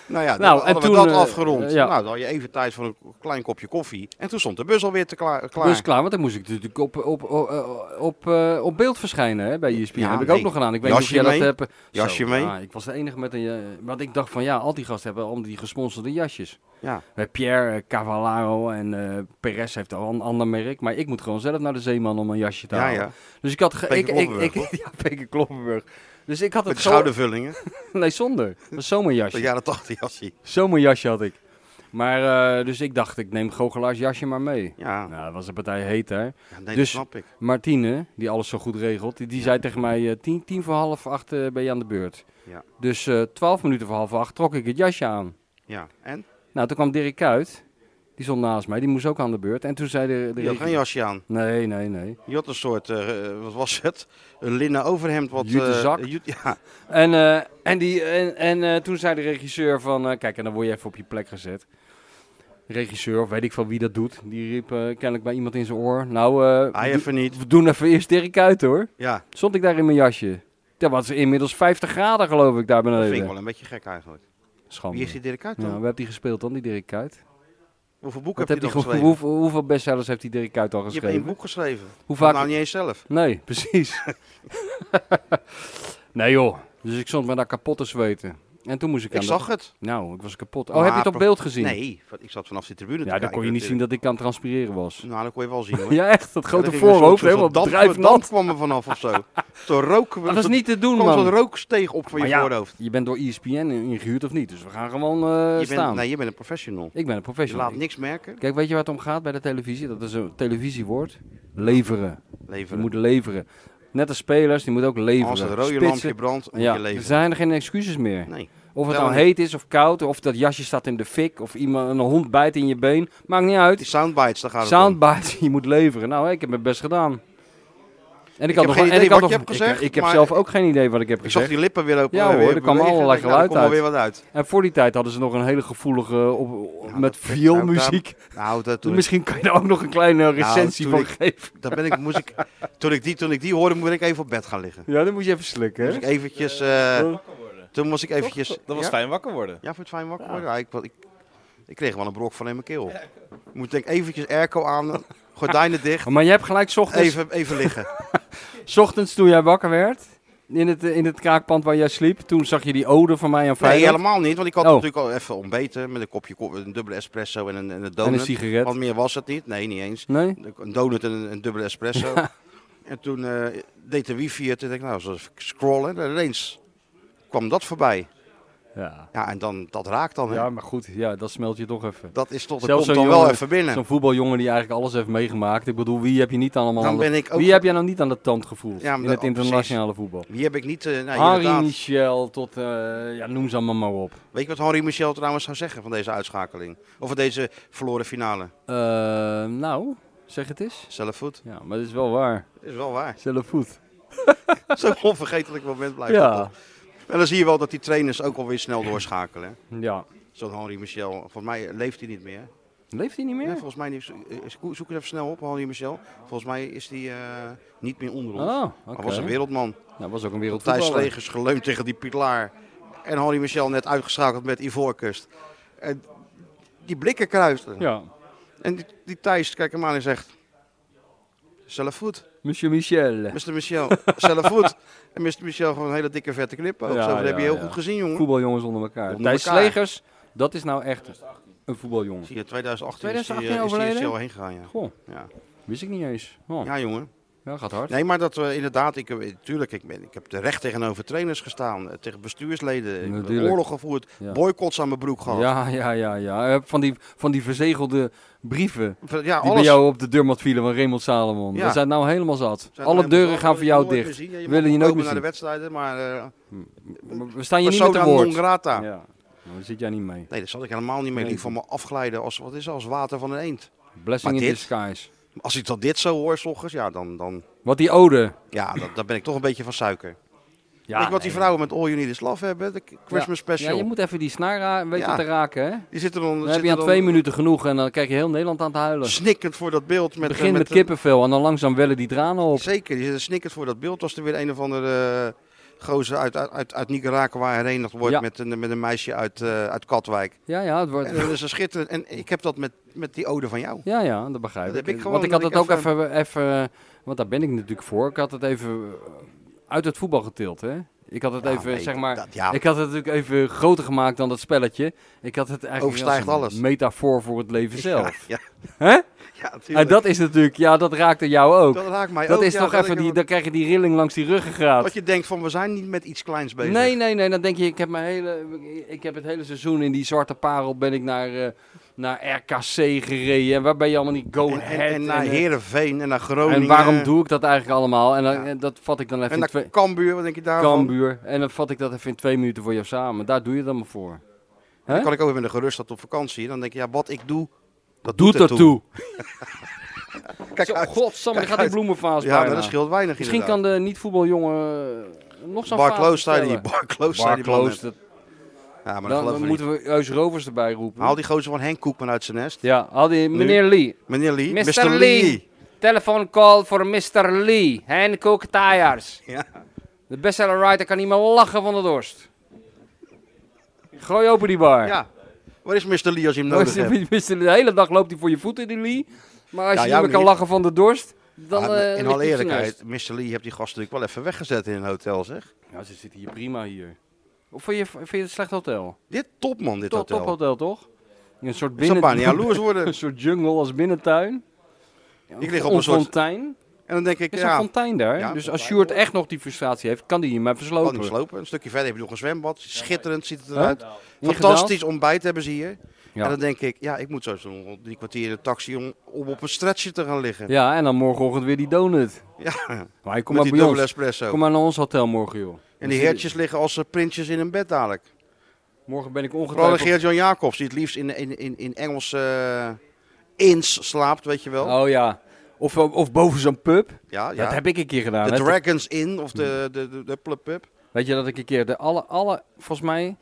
Speaker 1: Nou ja,
Speaker 2: Nou,
Speaker 1: dan
Speaker 2: en
Speaker 1: hadden we
Speaker 2: toen,
Speaker 1: dat
Speaker 2: eh,
Speaker 1: afgerond.
Speaker 2: eh, ja.
Speaker 1: Nou, dan had je even tijd voor een klein kopje koffie. En toen stond de bus alweer te klaar. klaar.
Speaker 2: Dus klaar, want dan moest ik natuurlijk op, op, op, eh, op, eh, op beeld verschijnen hè, bij E ESPN.
Speaker 1: Ja,
Speaker 2: heb ik
Speaker 1: nee.
Speaker 2: ook nog gedaan. Ik weet
Speaker 1: Jasje
Speaker 2: niet of jij
Speaker 1: mee?
Speaker 2: dat hebt.
Speaker 1: Jasje
Speaker 2: Zo,
Speaker 1: mee?
Speaker 2: ja, ik was de enige met een... eh, want ik dacht van ja, al die gasten hebben al die gesponsorde jasjes.
Speaker 1: ja.
Speaker 2: Eh, Pierre, eh, Cavallaro en eh Perez heeft al een ander merk. Maar ik moet gewoon zelf naar de Zeeman om een jasje te
Speaker 1: ja,
Speaker 2: halen.
Speaker 1: ja.
Speaker 2: Dus ik had... ge-
Speaker 1: Peter
Speaker 2: ik, ik,
Speaker 1: Kloppenburg,
Speaker 2: ik, ja, Peter Kloppenburg. Dus ik had
Speaker 1: Met
Speaker 2: het
Speaker 1: de
Speaker 2: zo-
Speaker 1: schoudervullingen.
Speaker 2: Nee, zonder. Dat was
Speaker 1: De
Speaker 2: zomerjasje.
Speaker 1: jaren 80 jasje.
Speaker 2: Zomerjasje had ik. Maar, eh, dus ik dacht, ik neem Goochelaars jasje maar mee.
Speaker 1: Ja,
Speaker 2: Nou, dat was een partij heet, hè.
Speaker 1: ja, nee, dat
Speaker 2: dus-
Speaker 1: snap ik.
Speaker 2: Martine, die alles zo goed regelt, die, die zei tegen mij: eh, tien, tien voor half acht eh, ben je aan de beurt.
Speaker 1: Ja.
Speaker 2: Dus eh twaalf minuten voor half acht trok ik het jasje aan.
Speaker 1: Ja, en?
Speaker 2: Nou, toen kwam Dirk uit. Die stond naast mij, die moest ook aan de beurt. En toen zei de, de
Speaker 1: Je had geen jasje aan.
Speaker 2: Nee, nee, nee.
Speaker 1: Je had een soort, eh, wat was het? Een linnen overhemd. Wat,
Speaker 2: Jute
Speaker 1: eh,
Speaker 2: zak.
Speaker 1: jute- ja,
Speaker 2: En, eh, en, die, en, en eh, toen zei de regisseur van... eh, kijk, en dan word je even op je plek gezet. De regisseur, of weet ik van wie dat doet, die riep eh, kennelijk bij iemand in zijn oor... Nou, eh,
Speaker 1: hij
Speaker 2: we
Speaker 1: even niet.
Speaker 2: do- we doen even eerst Dirk uit hoor.
Speaker 1: Ja,
Speaker 2: Stond ik daar in mijn jasje. Dat was inmiddels 50 graden geloof ik daar
Speaker 1: dat vind ik
Speaker 2: beneden.
Speaker 1: wel een beetje gek eigenlijk.
Speaker 2: Schande.
Speaker 1: Wie is die Dirk Kuyt
Speaker 2: Ja,
Speaker 1: dan?
Speaker 2: waar heeft hij gespeeld dan, die Dirk Kuyt?
Speaker 1: Hoeveel boeken
Speaker 2: Wat
Speaker 1: heb
Speaker 2: heb
Speaker 1: je
Speaker 2: die
Speaker 1: dan
Speaker 2: ge-
Speaker 1: geschreven?
Speaker 2: hoeveel, hoeveel bestsellers heeft die Dirk Kuyt al
Speaker 1: Je hebt één
Speaker 2: geschreven?
Speaker 1: boek geschreven.
Speaker 2: Hoe
Speaker 1: Vaak...
Speaker 2: vaak?
Speaker 1: Nou, niet eens zelf.
Speaker 2: Nee, precies. nee joh, dus ik stond me daar kapot te zweten. En toen moest ik,
Speaker 1: Ik
Speaker 2: aan
Speaker 1: zag het.
Speaker 2: de... Nou, ik was kapot. Oh,
Speaker 1: Maar
Speaker 2: heb je het op
Speaker 1: pro-
Speaker 2: beeld gezien?
Speaker 1: Nee, want ik zat vanaf de tribune te
Speaker 2: Ja, dan
Speaker 1: kijken
Speaker 2: kon je niet zien
Speaker 1: natuurlijk.
Speaker 2: dat ik aan het transpireren was.
Speaker 1: Nou, dat kon je wel zien hoor.
Speaker 2: Ja, echt, dat
Speaker 1: Ja,
Speaker 2: grote
Speaker 1: er ging dus een
Speaker 2: voorhoofd,
Speaker 1: soort-
Speaker 2: helemaal
Speaker 1: soort damp- damp
Speaker 2: drijfnat.
Speaker 1: kwam er vanaf of zo. Zo'n rook.
Speaker 2: Dat was niet te doen,
Speaker 1: kwam zo'n
Speaker 2: man.
Speaker 1: rooksteeg op van je
Speaker 2: Maar ja,
Speaker 1: voorhoofd.
Speaker 2: Je bent door E ESPN ingehuurd of niet, dus we gaan gewoon eh,
Speaker 1: Je bent,
Speaker 2: staan.
Speaker 1: nee, je bent een professional.
Speaker 2: Ik ben een
Speaker 1: Je
Speaker 2: professional.
Speaker 1: laat niks merken.
Speaker 2: Kijk, weet je waar het om gaat bij de televisie? Dat is een televisiewoord. Leveren. Je
Speaker 1: Leveren.
Speaker 2: moet leveren. Net als spelers, die moet ook leveren.
Speaker 1: Als het rode
Speaker 2: Spitsen.
Speaker 1: lampje brandt, moet
Speaker 2: ja,
Speaker 1: je
Speaker 2: er
Speaker 1: leveren.
Speaker 2: zijn er geen excuses meer.
Speaker 1: Nee.
Speaker 2: Of het
Speaker 1: Wel
Speaker 2: nou
Speaker 1: niet.
Speaker 2: heet is of koud, of dat jasje staat in de fik, of iemand, een hond bijt in je been. Maakt niet
Speaker 1: Die
Speaker 2: uit.
Speaker 1: soundbites, daar gaat het om.
Speaker 2: Soundbite, je moet leveren. Nou, hé, ik heb mijn best gedaan. En
Speaker 1: Ik
Speaker 2: had
Speaker 1: heb geen idee
Speaker 2: had
Speaker 1: wat je
Speaker 2: nog-
Speaker 1: hebt
Speaker 2: ik-
Speaker 1: gezegd,
Speaker 2: Ik, heb
Speaker 1: maar-
Speaker 2: zelf ook geen idee wat ik heb
Speaker 1: Ik zag
Speaker 2: gezegd.
Speaker 1: die lippen weer open.
Speaker 2: Ja,
Speaker 1: weer
Speaker 2: hoor, er kwam
Speaker 1: bewegen.
Speaker 2: allerlei
Speaker 1: Ik denk, nou,
Speaker 2: geluid
Speaker 1: er komt alweer wat uit.
Speaker 2: En voor die tijd hadden ze nog een hele gevoelige, op,
Speaker 1: Ja,
Speaker 2: met
Speaker 1: dat- dat-
Speaker 2: vioolmuziek.
Speaker 1: Nou, dat, toen, ik, Nou,
Speaker 2: Misschien kan je daar ook nog een kleine recensie
Speaker 1: toen
Speaker 2: van
Speaker 1: ik-
Speaker 2: geven.
Speaker 1: daar ben ik, moest ik, toen, ik die, toen ik die hoorde, moest ik even op bed gaan liggen.
Speaker 2: Ja, dan moet je even slikken.
Speaker 1: Moest
Speaker 2: hè?
Speaker 1: ik eventjes, eh,
Speaker 2: Oh.
Speaker 1: toen moest ik eventjes...
Speaker 3: Dat was
Speaker 1: ja?
Speaker 3: fijn wakker worden.
Speaker 1: Ja, vond je het fijn wakker worden? Ja, ik, wa- ik, ik kreeg wel een brok van in mijn keel. Moet denk ik eventjes airco aan, gordijnen dicht,
Speaker 2: Maar je hebt gelijk, 's ochtends,
Speaker 1: even, even liggen.
Speaker 2: 's ochtends toen jij wakker werd, in het, eh, in het kraakpand waar jij sliep, toen zag je die ode van mij aan
Speaker 1: Nee,
Speaker 2: Feyenoord.
Speaker 1: helemaal niet, want ik had
Speaker 2: Oh.
Speaker 1: natuurlijk al even ontbeten met een kopje, ko- een dubbele espresso en een, en een
Speaker 2: en een
Speaker 1: donut.
Speaker 2: sigaret.
Speaker 1: Want meer was het niet, nee, niet eens.
Speaker 2: Nee?
Speaker 1: Een donut en een, een dubbele espresso. En toen eh, deed de wifi het en ik dacht, nou, even scrollen. En ineens kwam dat voorbij.
Speaker 2: Ja.
Speaker 1: Ja, en dan, dat raakt dan. hè.
Speaker 2: ja, maar goed, ja, dat smelt je toch even.
Speaker 1: Dat is toch, dat
Speaker 2: Zelfs
Speaker 1: komt
Speaker 2: zo'n
Speaker 1: dan wel
Speaker 2: jongen-
Speaker 1: even binnen.
Speaker 2: Zo'n voetbaljongen die eigenlijk alles heeft meegemaakt. Ik bedoel, wie heb je niet allemaal
Speaker 1: Dan
Speaker 2: aan de,
Speaker 1: ben ik ook...
Speaker 2: Wie heb jij nou niet aan de tand gevoeld
Speaker 1: Ja, maar
Speaker 2: in
Speaker 1: dat-
Speaker 2: het internationale voetbal?
Speaker 1: Wie heb ik niet... eh, nou,
Speaker 2: Harry
Speaker 1: inderdaad.
Speaker 2: Michel tot, eh, ja, noem ze allemaal maar op.
Speaker 1: Weet je wat Henri Michel trouwens zou zeggen van deze uitschakeling? Of van deze verloren finale?
Speaker 2: Eh, nou, zeg het eens.
Speaker 1: Zelf voet.
Speaker 2: Ja, maar dat is wel waar.
Speaker 1: Is wel waar.
Speaker 2: Zelf voet.
Speaker 1: Zo'n onvergetelijk moment blijft dat
Speaker 2: Ja.
Speaker 1: toch. En dan zie je wel dat die trainers ook alweer snel doorschakelen. hè.
Speaker 2: ja.
Speaker 1: Zo'n Henri Michel, volgens mij leeft hij niet meer.
Speaker 2: Leeft hij niet
Speaker 1: Ja,
Speaker 2: meer?
Speaker 1: volgens mij, niet. Eh, zoek het even snel op, Henri Michel. Volgens mij is hij eh, niet meer onder ons.
Speaker 2: Oh, oké.
Speaker 1: Maar was een wereldman.
Speaker 2: Nou, was ook een
Speaker 1: Thijs
Speaker 2: wereldvoetballer.
Speaker 1: Slegers geleund tegen die pilaar. En Henri Michel net uitgeschakeld met Ivoorkust. En die blikken kruisten.
Speaker 2: Ja.
Speaker 1: En die, die Thijs kijkt hem aan en zegt... Zelf goed,
Speaker 2: Monsieur Michel.
Speaker 1: Mr. Michel. Zelf goed. En Mr. Michel gewoon een hele dikke vette knippen.
Speaker 2: Ja,
Speaker 1: zo, dat
Speaker 2: ja,
Speaker 1: heb je heel
Speaker 2: ja.
Speaker 1: goed gezien, jongen.
Speaker 2: Voetbaljongens onder elkaar.
Speaker 1: Onder
Speaker 2: Thijs
Speaker 1: elkaar.
Speaker 2: Slegers, dat is nou echt een voetbaljongen.
Speaker 1: Zie je, 2018,
Speaker 2: 2018
Speaker 1: is hij, eh, is hij- is hij
Speaker 2: overleden?
Speaker 1: al heen gegaan, ja.
Speaker 2: Goh,
Speaker 1: ja.
Speaker 2: wist ik niet eens. Oh, ja.
Speaker 1: Ja, jongen.
Speaker 2: gaat hard.
Speaker 1: Nee, maar dat we inderdaad, ik, heb- tuurlijk, ik, ben, ik heb terecht tegenover trainers gestaan, eh, tegen bestuursleden, ik heb
Speaker 2: Natuurlijk.
Speaker 1: oorlog gevoerd,
Speaker 2: Ja.
Speaker 1: boycotts aan mijn broek gehad.
Speaker 2: Ja, ja, ja, ja. Eh, Van die, van die verzegelde brieven die
Speaker 1: Van- ja
Speaker 2: bij
Speaker 1: alles.
Speaker 2: jou op de deurmat vielen van Raymond Salomon.
Speaker 1: Ja.
Speaker 2: Dat zijn nou helemaal zat.
Speaker 1: Zijn
Speaker 2: Alle
Speaker 1: helemaal
Speaker 2: deuren
Speaker 1: zo,
Speaker 2: gaan voor jou
Speaker 1: nooit meer
Speaker 2: dicht.
Speaker 1: zien. Ja, je
Speaker 2: Willen
Speaker 1: mag wel
Speaker 2: je nooit
Speaker 1: komen
Speaker 2: meer
Speaker 1: naar de wedstrijden, maar eh
Speaker 2: Maar We staan je niet met
Speaker 1: persona
Speaker 2: de
Speaker 1: non
Speaker 2: woord.
Speaker 1: grata.
Speaker 2: Ja. Nou, daar zit jij niet mee.
Speaker 1: Nee, dat zat ik helemaal niet mee.
Speaker 2: Nee.
Speaker 1: Liep van me afglijden als, wat is dat, als water van een eend.
Speaker 2: Blessing
Speaker 1: Maar
Speaker 2: in
Speaker 1: dit?
Speaker 2: disguise.
Speaker 1: Als ik dat dit zo hoor, s ochtends, ja, dan, dan
Speaker 2: Wat die ode.
Speaker 1: ja, dat, dan ben ik toch een beetje van suiker.
Speaker 2: Ja,
Speaker 1: Weet je wat
Speaker 2: nee.
Speaker 1: die vrouwen met All You Need Is Love hebben? De Christmas
Speaker 2: Ja,
Speaker 1: Special.
Speaker 2: je moet even die snaar ra- weten
Speaker 1: Ja.
Speaker 2: te raken, hè?
Speaker 1: Die zitten dan,
Speaker 2: Dan heb
Speaker 1: zitten
Speaker 2: je aan
Speaker 1: dan
Speaker 2: twee minuten genoeg en dan krijg je heel Nederland aan het huilen.
Speaker 1: snikkend voor dat beeld. Met, eh,
Speaker 2: Begin met,
Speaker 1: met een-
Speaker 2: kippenvel en dan langzaam wellen die tranen op.
Speaker 1: Zeker, die zitten snikkend voor dat beeld. Als er weer een of andere eh, gozer uit, uit, uit, uit Nicaragua herenigd wordt
Speaker 2: Ja.
Speaker 1: met, een, met een meisje uit, eh, uit Katwijk.
Speaker 2: Ja, ja, het wordt...
Speaker 1: En dat is een schitterend. En ik heb dat met, met die ode van jou.
Speaker 2: Ja, ja, dat begrijp
Speaker 1: Dat
Speaker 2: ik.
Speaker 1: heb ik gewoon,
Speaker 2: want ik had
Speaker 1: dat
Speaker 2: het
Speaker 1: ik
Speaker 2: ook even, even... eh, Want daar ben ik natuurlijk voor. Ik had het even eh, uit het voetbal getild, hè? Ik had het
Speaker 1: Ja,
Speaker 2: even,
Speaker 1: nee,
Speaker 2: zeg maar...
Speaker 1: dat- ja.
Speaker 2: Ik had het natuurlijk even groter gemaakt dan dat spelletje. Ik had het eigenlijk
Speaker 1: Overstijgt
Speaker 2: als een
Speaker 1: alles.
Speaker 2: metafoor voor het leven zelf.
Speaker 1: Ja,
Speaker 2: Hè?
Speaker 1: ja
Speaker 2: En
Speaker 1: tuurlijk.
Speaker 2: dat is natuurlijk... Ja, dat raakte jou ook.
Speaker 1: Dat raakt mij
Speaker 2: Dat
Speaker 1: ook,
Speaker 2: is
Speaker 1: ja,
Speaker 2: toch
Speaker 1: dat
Speaker 2: even
Speaker 1: ik-
Speaker 2: die, dan krijg je die rilling langs die ruggengraat.
Speaker 1: Dat je denkt van we zijn niet met iets kleins bezig.
Speaker 2: Nee, nee, nee. Dan denk je, ik heb, mijn hele, ik heb het hele seizoen in die zwarte parel ben ik naar, eh, naar RKC gereden. En waar ben je allemaal niet go
Speaker 1: en,
Speaker 2: ahead?
Speaker 1: en, en naar
Speaker 2: eh,
Speaker 1: Herenveen en naar Groningen.
Speaker 2: en waarom doe ik dat eigenlijk allemaal? En, dan,
Speaker 1: Ja.
Speaker 2: en dat vat ik dan even
Speaker 1: En
Speaker 2: in twee,
Speaker 1: naar Cambuur, wat denk je daarvan?
Speaker 2: Kambuur. En dan vat ik dat even in twee minuten voor jou samen. Daar doe je dan maar voor.
Speaker 1: Dan kan ik ook weer met een gerustheid op vakantie. Dan denk je, ja, wat ik doe, Dat
Speaker 2: Doet dat toe.
Speaker 1: Kijk
Speaker 2: Zo,
Speaker 1: uit.
Speaker 2: Godsamme,
Speaker 1: Kijk
Speaker 2: daar gaat die
Speaker 1: uit.
Speaker 2: bloemenvaas
Speaker 1: Ja, maar
Speaker 2: bijna.
Speaker 1: dat scheelt weinig
Speaker 2: Misschien kan
Speaker 1: inderdaad.
Speaker 2: de niet-voetbaljongen eh, nog zo'n
Speaker 1: Bar
Speaker 2: vaas
Speaker 1: Kloos zei die.
Speaker 2: bestellen.
Speaker 1: Bar Kloos zei
Speaker 2: Bar
Speaker 1: die.
Speaker 2: Kloos,
Speaker 1: man
Speaker 2: dat,
Speaker 1: net. Ja, maar dat
Speaker 2: dan
Speaker 1: geloof ik niet.
Speaker 2: moeten we Eus Rovers erbij roepen.
Speaker 1: Haal die gozer van Henk Koekman uit zijn nest.
Speaker 2: Ja, haal die meneer Lee.
Speaker 1: Meneer Lee.
Speaker 2: Mr. Lee. Telephone call voor Mr. Lee. Henko Tajaars.
Speaker 1: Ja.
Speaker 2: De bestseller writer kan niet meer lachen van de dorst. Gooi open die bar.
Speaker 1: Ja. Waar is Mr. Lee als je hem nodig
Speaker 2: Als je-
Speaker 1: hebt?
Speaker 2: als je- de hele dag loopt hij voor je voeten, die Lee. Maar als
Speaker 1: Ja,
Speaker 2: je
Speaker 1: ja,
Speaker 2: niet meer kan
Speaker 1: meneer.
Speaker 2: lachen van de dorst, dan...
Speaker 1: Ah,
Speaker 2: eh, ligt
Speaker 1: in
Speaker 2: hij op
Speaker 1: alle
Speaker 2: zijn
Speaker 1: eerlijkheid,
Speaker 2: neus.
Speaker 1: Mr. Lee heeft die gast natuurlijk wel even weggezet in een hotel, zeg.
Speaker 2: Ja, ze zitten hier prima hier. Of vind je, vind je het een slecht hotel?
Speaker 1: Dit topman, dit
Speaker 2: Top,
Speaker 1: hotel.
Speaker 2: tophotel, toch? Een soort
Speaker 1: Ik zou
Speaker 2: binnen...
Speaker 1: bijna jaloers worden.
Speaker 2: Een soort jungle als binnentuin.
Speaker 1: Ik lig op een soort-
Speaker 2: fontein.
Speaker 1: En dan denk ik,
Speaker 2: Er is
Speaker 1: ja,
Speaker 2: een fontein daar.
Speaker 1: Ja,
Speaker 2: dus als
Speaker 1: fontein.
Speaker 2: Sjoerd echt nog die frustratie heeft, kan die hier maar
Speaker 1: kan
Speaker 2: verslopen.
Speaker 1: niet slopen. Een stukje verder heb je nog een zwembad. Schitterend ziet het
Speaker 2: Huh?
Speaker 1: eruit.
Speaker 2: Hier
Speaker 1: Fantastisch ontbijt hebben ze hier.
Speaker 2: Ja.
Speaker 1: En dan denk ik, ja, ik moet zo zo'n rond drie kwartier in de taxi om, om op een stretchje te gaan liggen.
Speaker 2: Ja, en dan morgenochtend weer die donut.
Speaker 1: Ja,
Speaker 2: Maar
Speaker 1: kom
Speaker 2: hij kom
Speaker 1: met
Speaker 2: maar
Speaker 1: die
Speaker 2: bij
Speaker 1: dubbele
Speaker 2: ons.
Speaker 1: espresso.
Speaker 2: Kom maar naar ons hotel morgen, joh.
Speaker 1: En die heertjes liggen als eh, prinsjes in een bed dadelijk.
Speaker 2: Morgen ben ik
Speaker 1: Vooral
Speaker 2: ongetwijfeld...
Speaker 1: Geert-Jan Jacobs, die het liefst in, in, in, in Engels eh, ins slaapt, weet je wel.
Speaker 2: Oh ja. Of, eh, of boven zo'n pub.
Speaker 1: ja,
Speaker 2: Dat
Speaker 1: ja.
Speaker 2: heb ik een keer gedaan.
Speaker 1: De
Speaker 2: hè.
Speaker 1: Dragons in of de, de, de, de Plub Pub.
Speaker 2: Weet je dat ik een keer de alle, alle, volgens mij,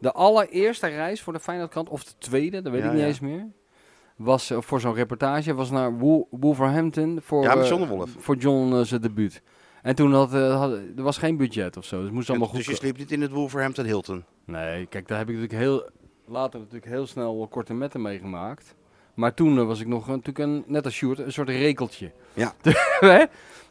Speaker 2: de allereerste reis voor de Feyenoordkant, of de tweede, dat weet
Speaker 1: Ja,
Speaker 2: ik niet
Speaker 1: ja.
Speaker 2: eens meer, was eh, voor zo'n reportage, was naar Wool- Wolverhampton voor,
Speaker 1: Ja, met
Speaker 2: eh,
Speaker 1: John de Wolf.
Speaker 2: voor John eh, zijn debuut. En toen had, eh, had- er was geen budget of zo, dus het moest allemaal
Speaker 1: dus je
Speaker 2: goed.
Speaker 1: sliep niet in het Wolverhampton Hilton.
Speaker 2: Nee, kijk, daar heb ik natuurlijk heel later natuurlijk heel snel korte metten meegemaakt. Maar toen eh, was ik nog eh, natuurlijk een, net als Sjoerd, een soort rekeltje.
Speaker 1: Ja.
Speaker 2: Hè?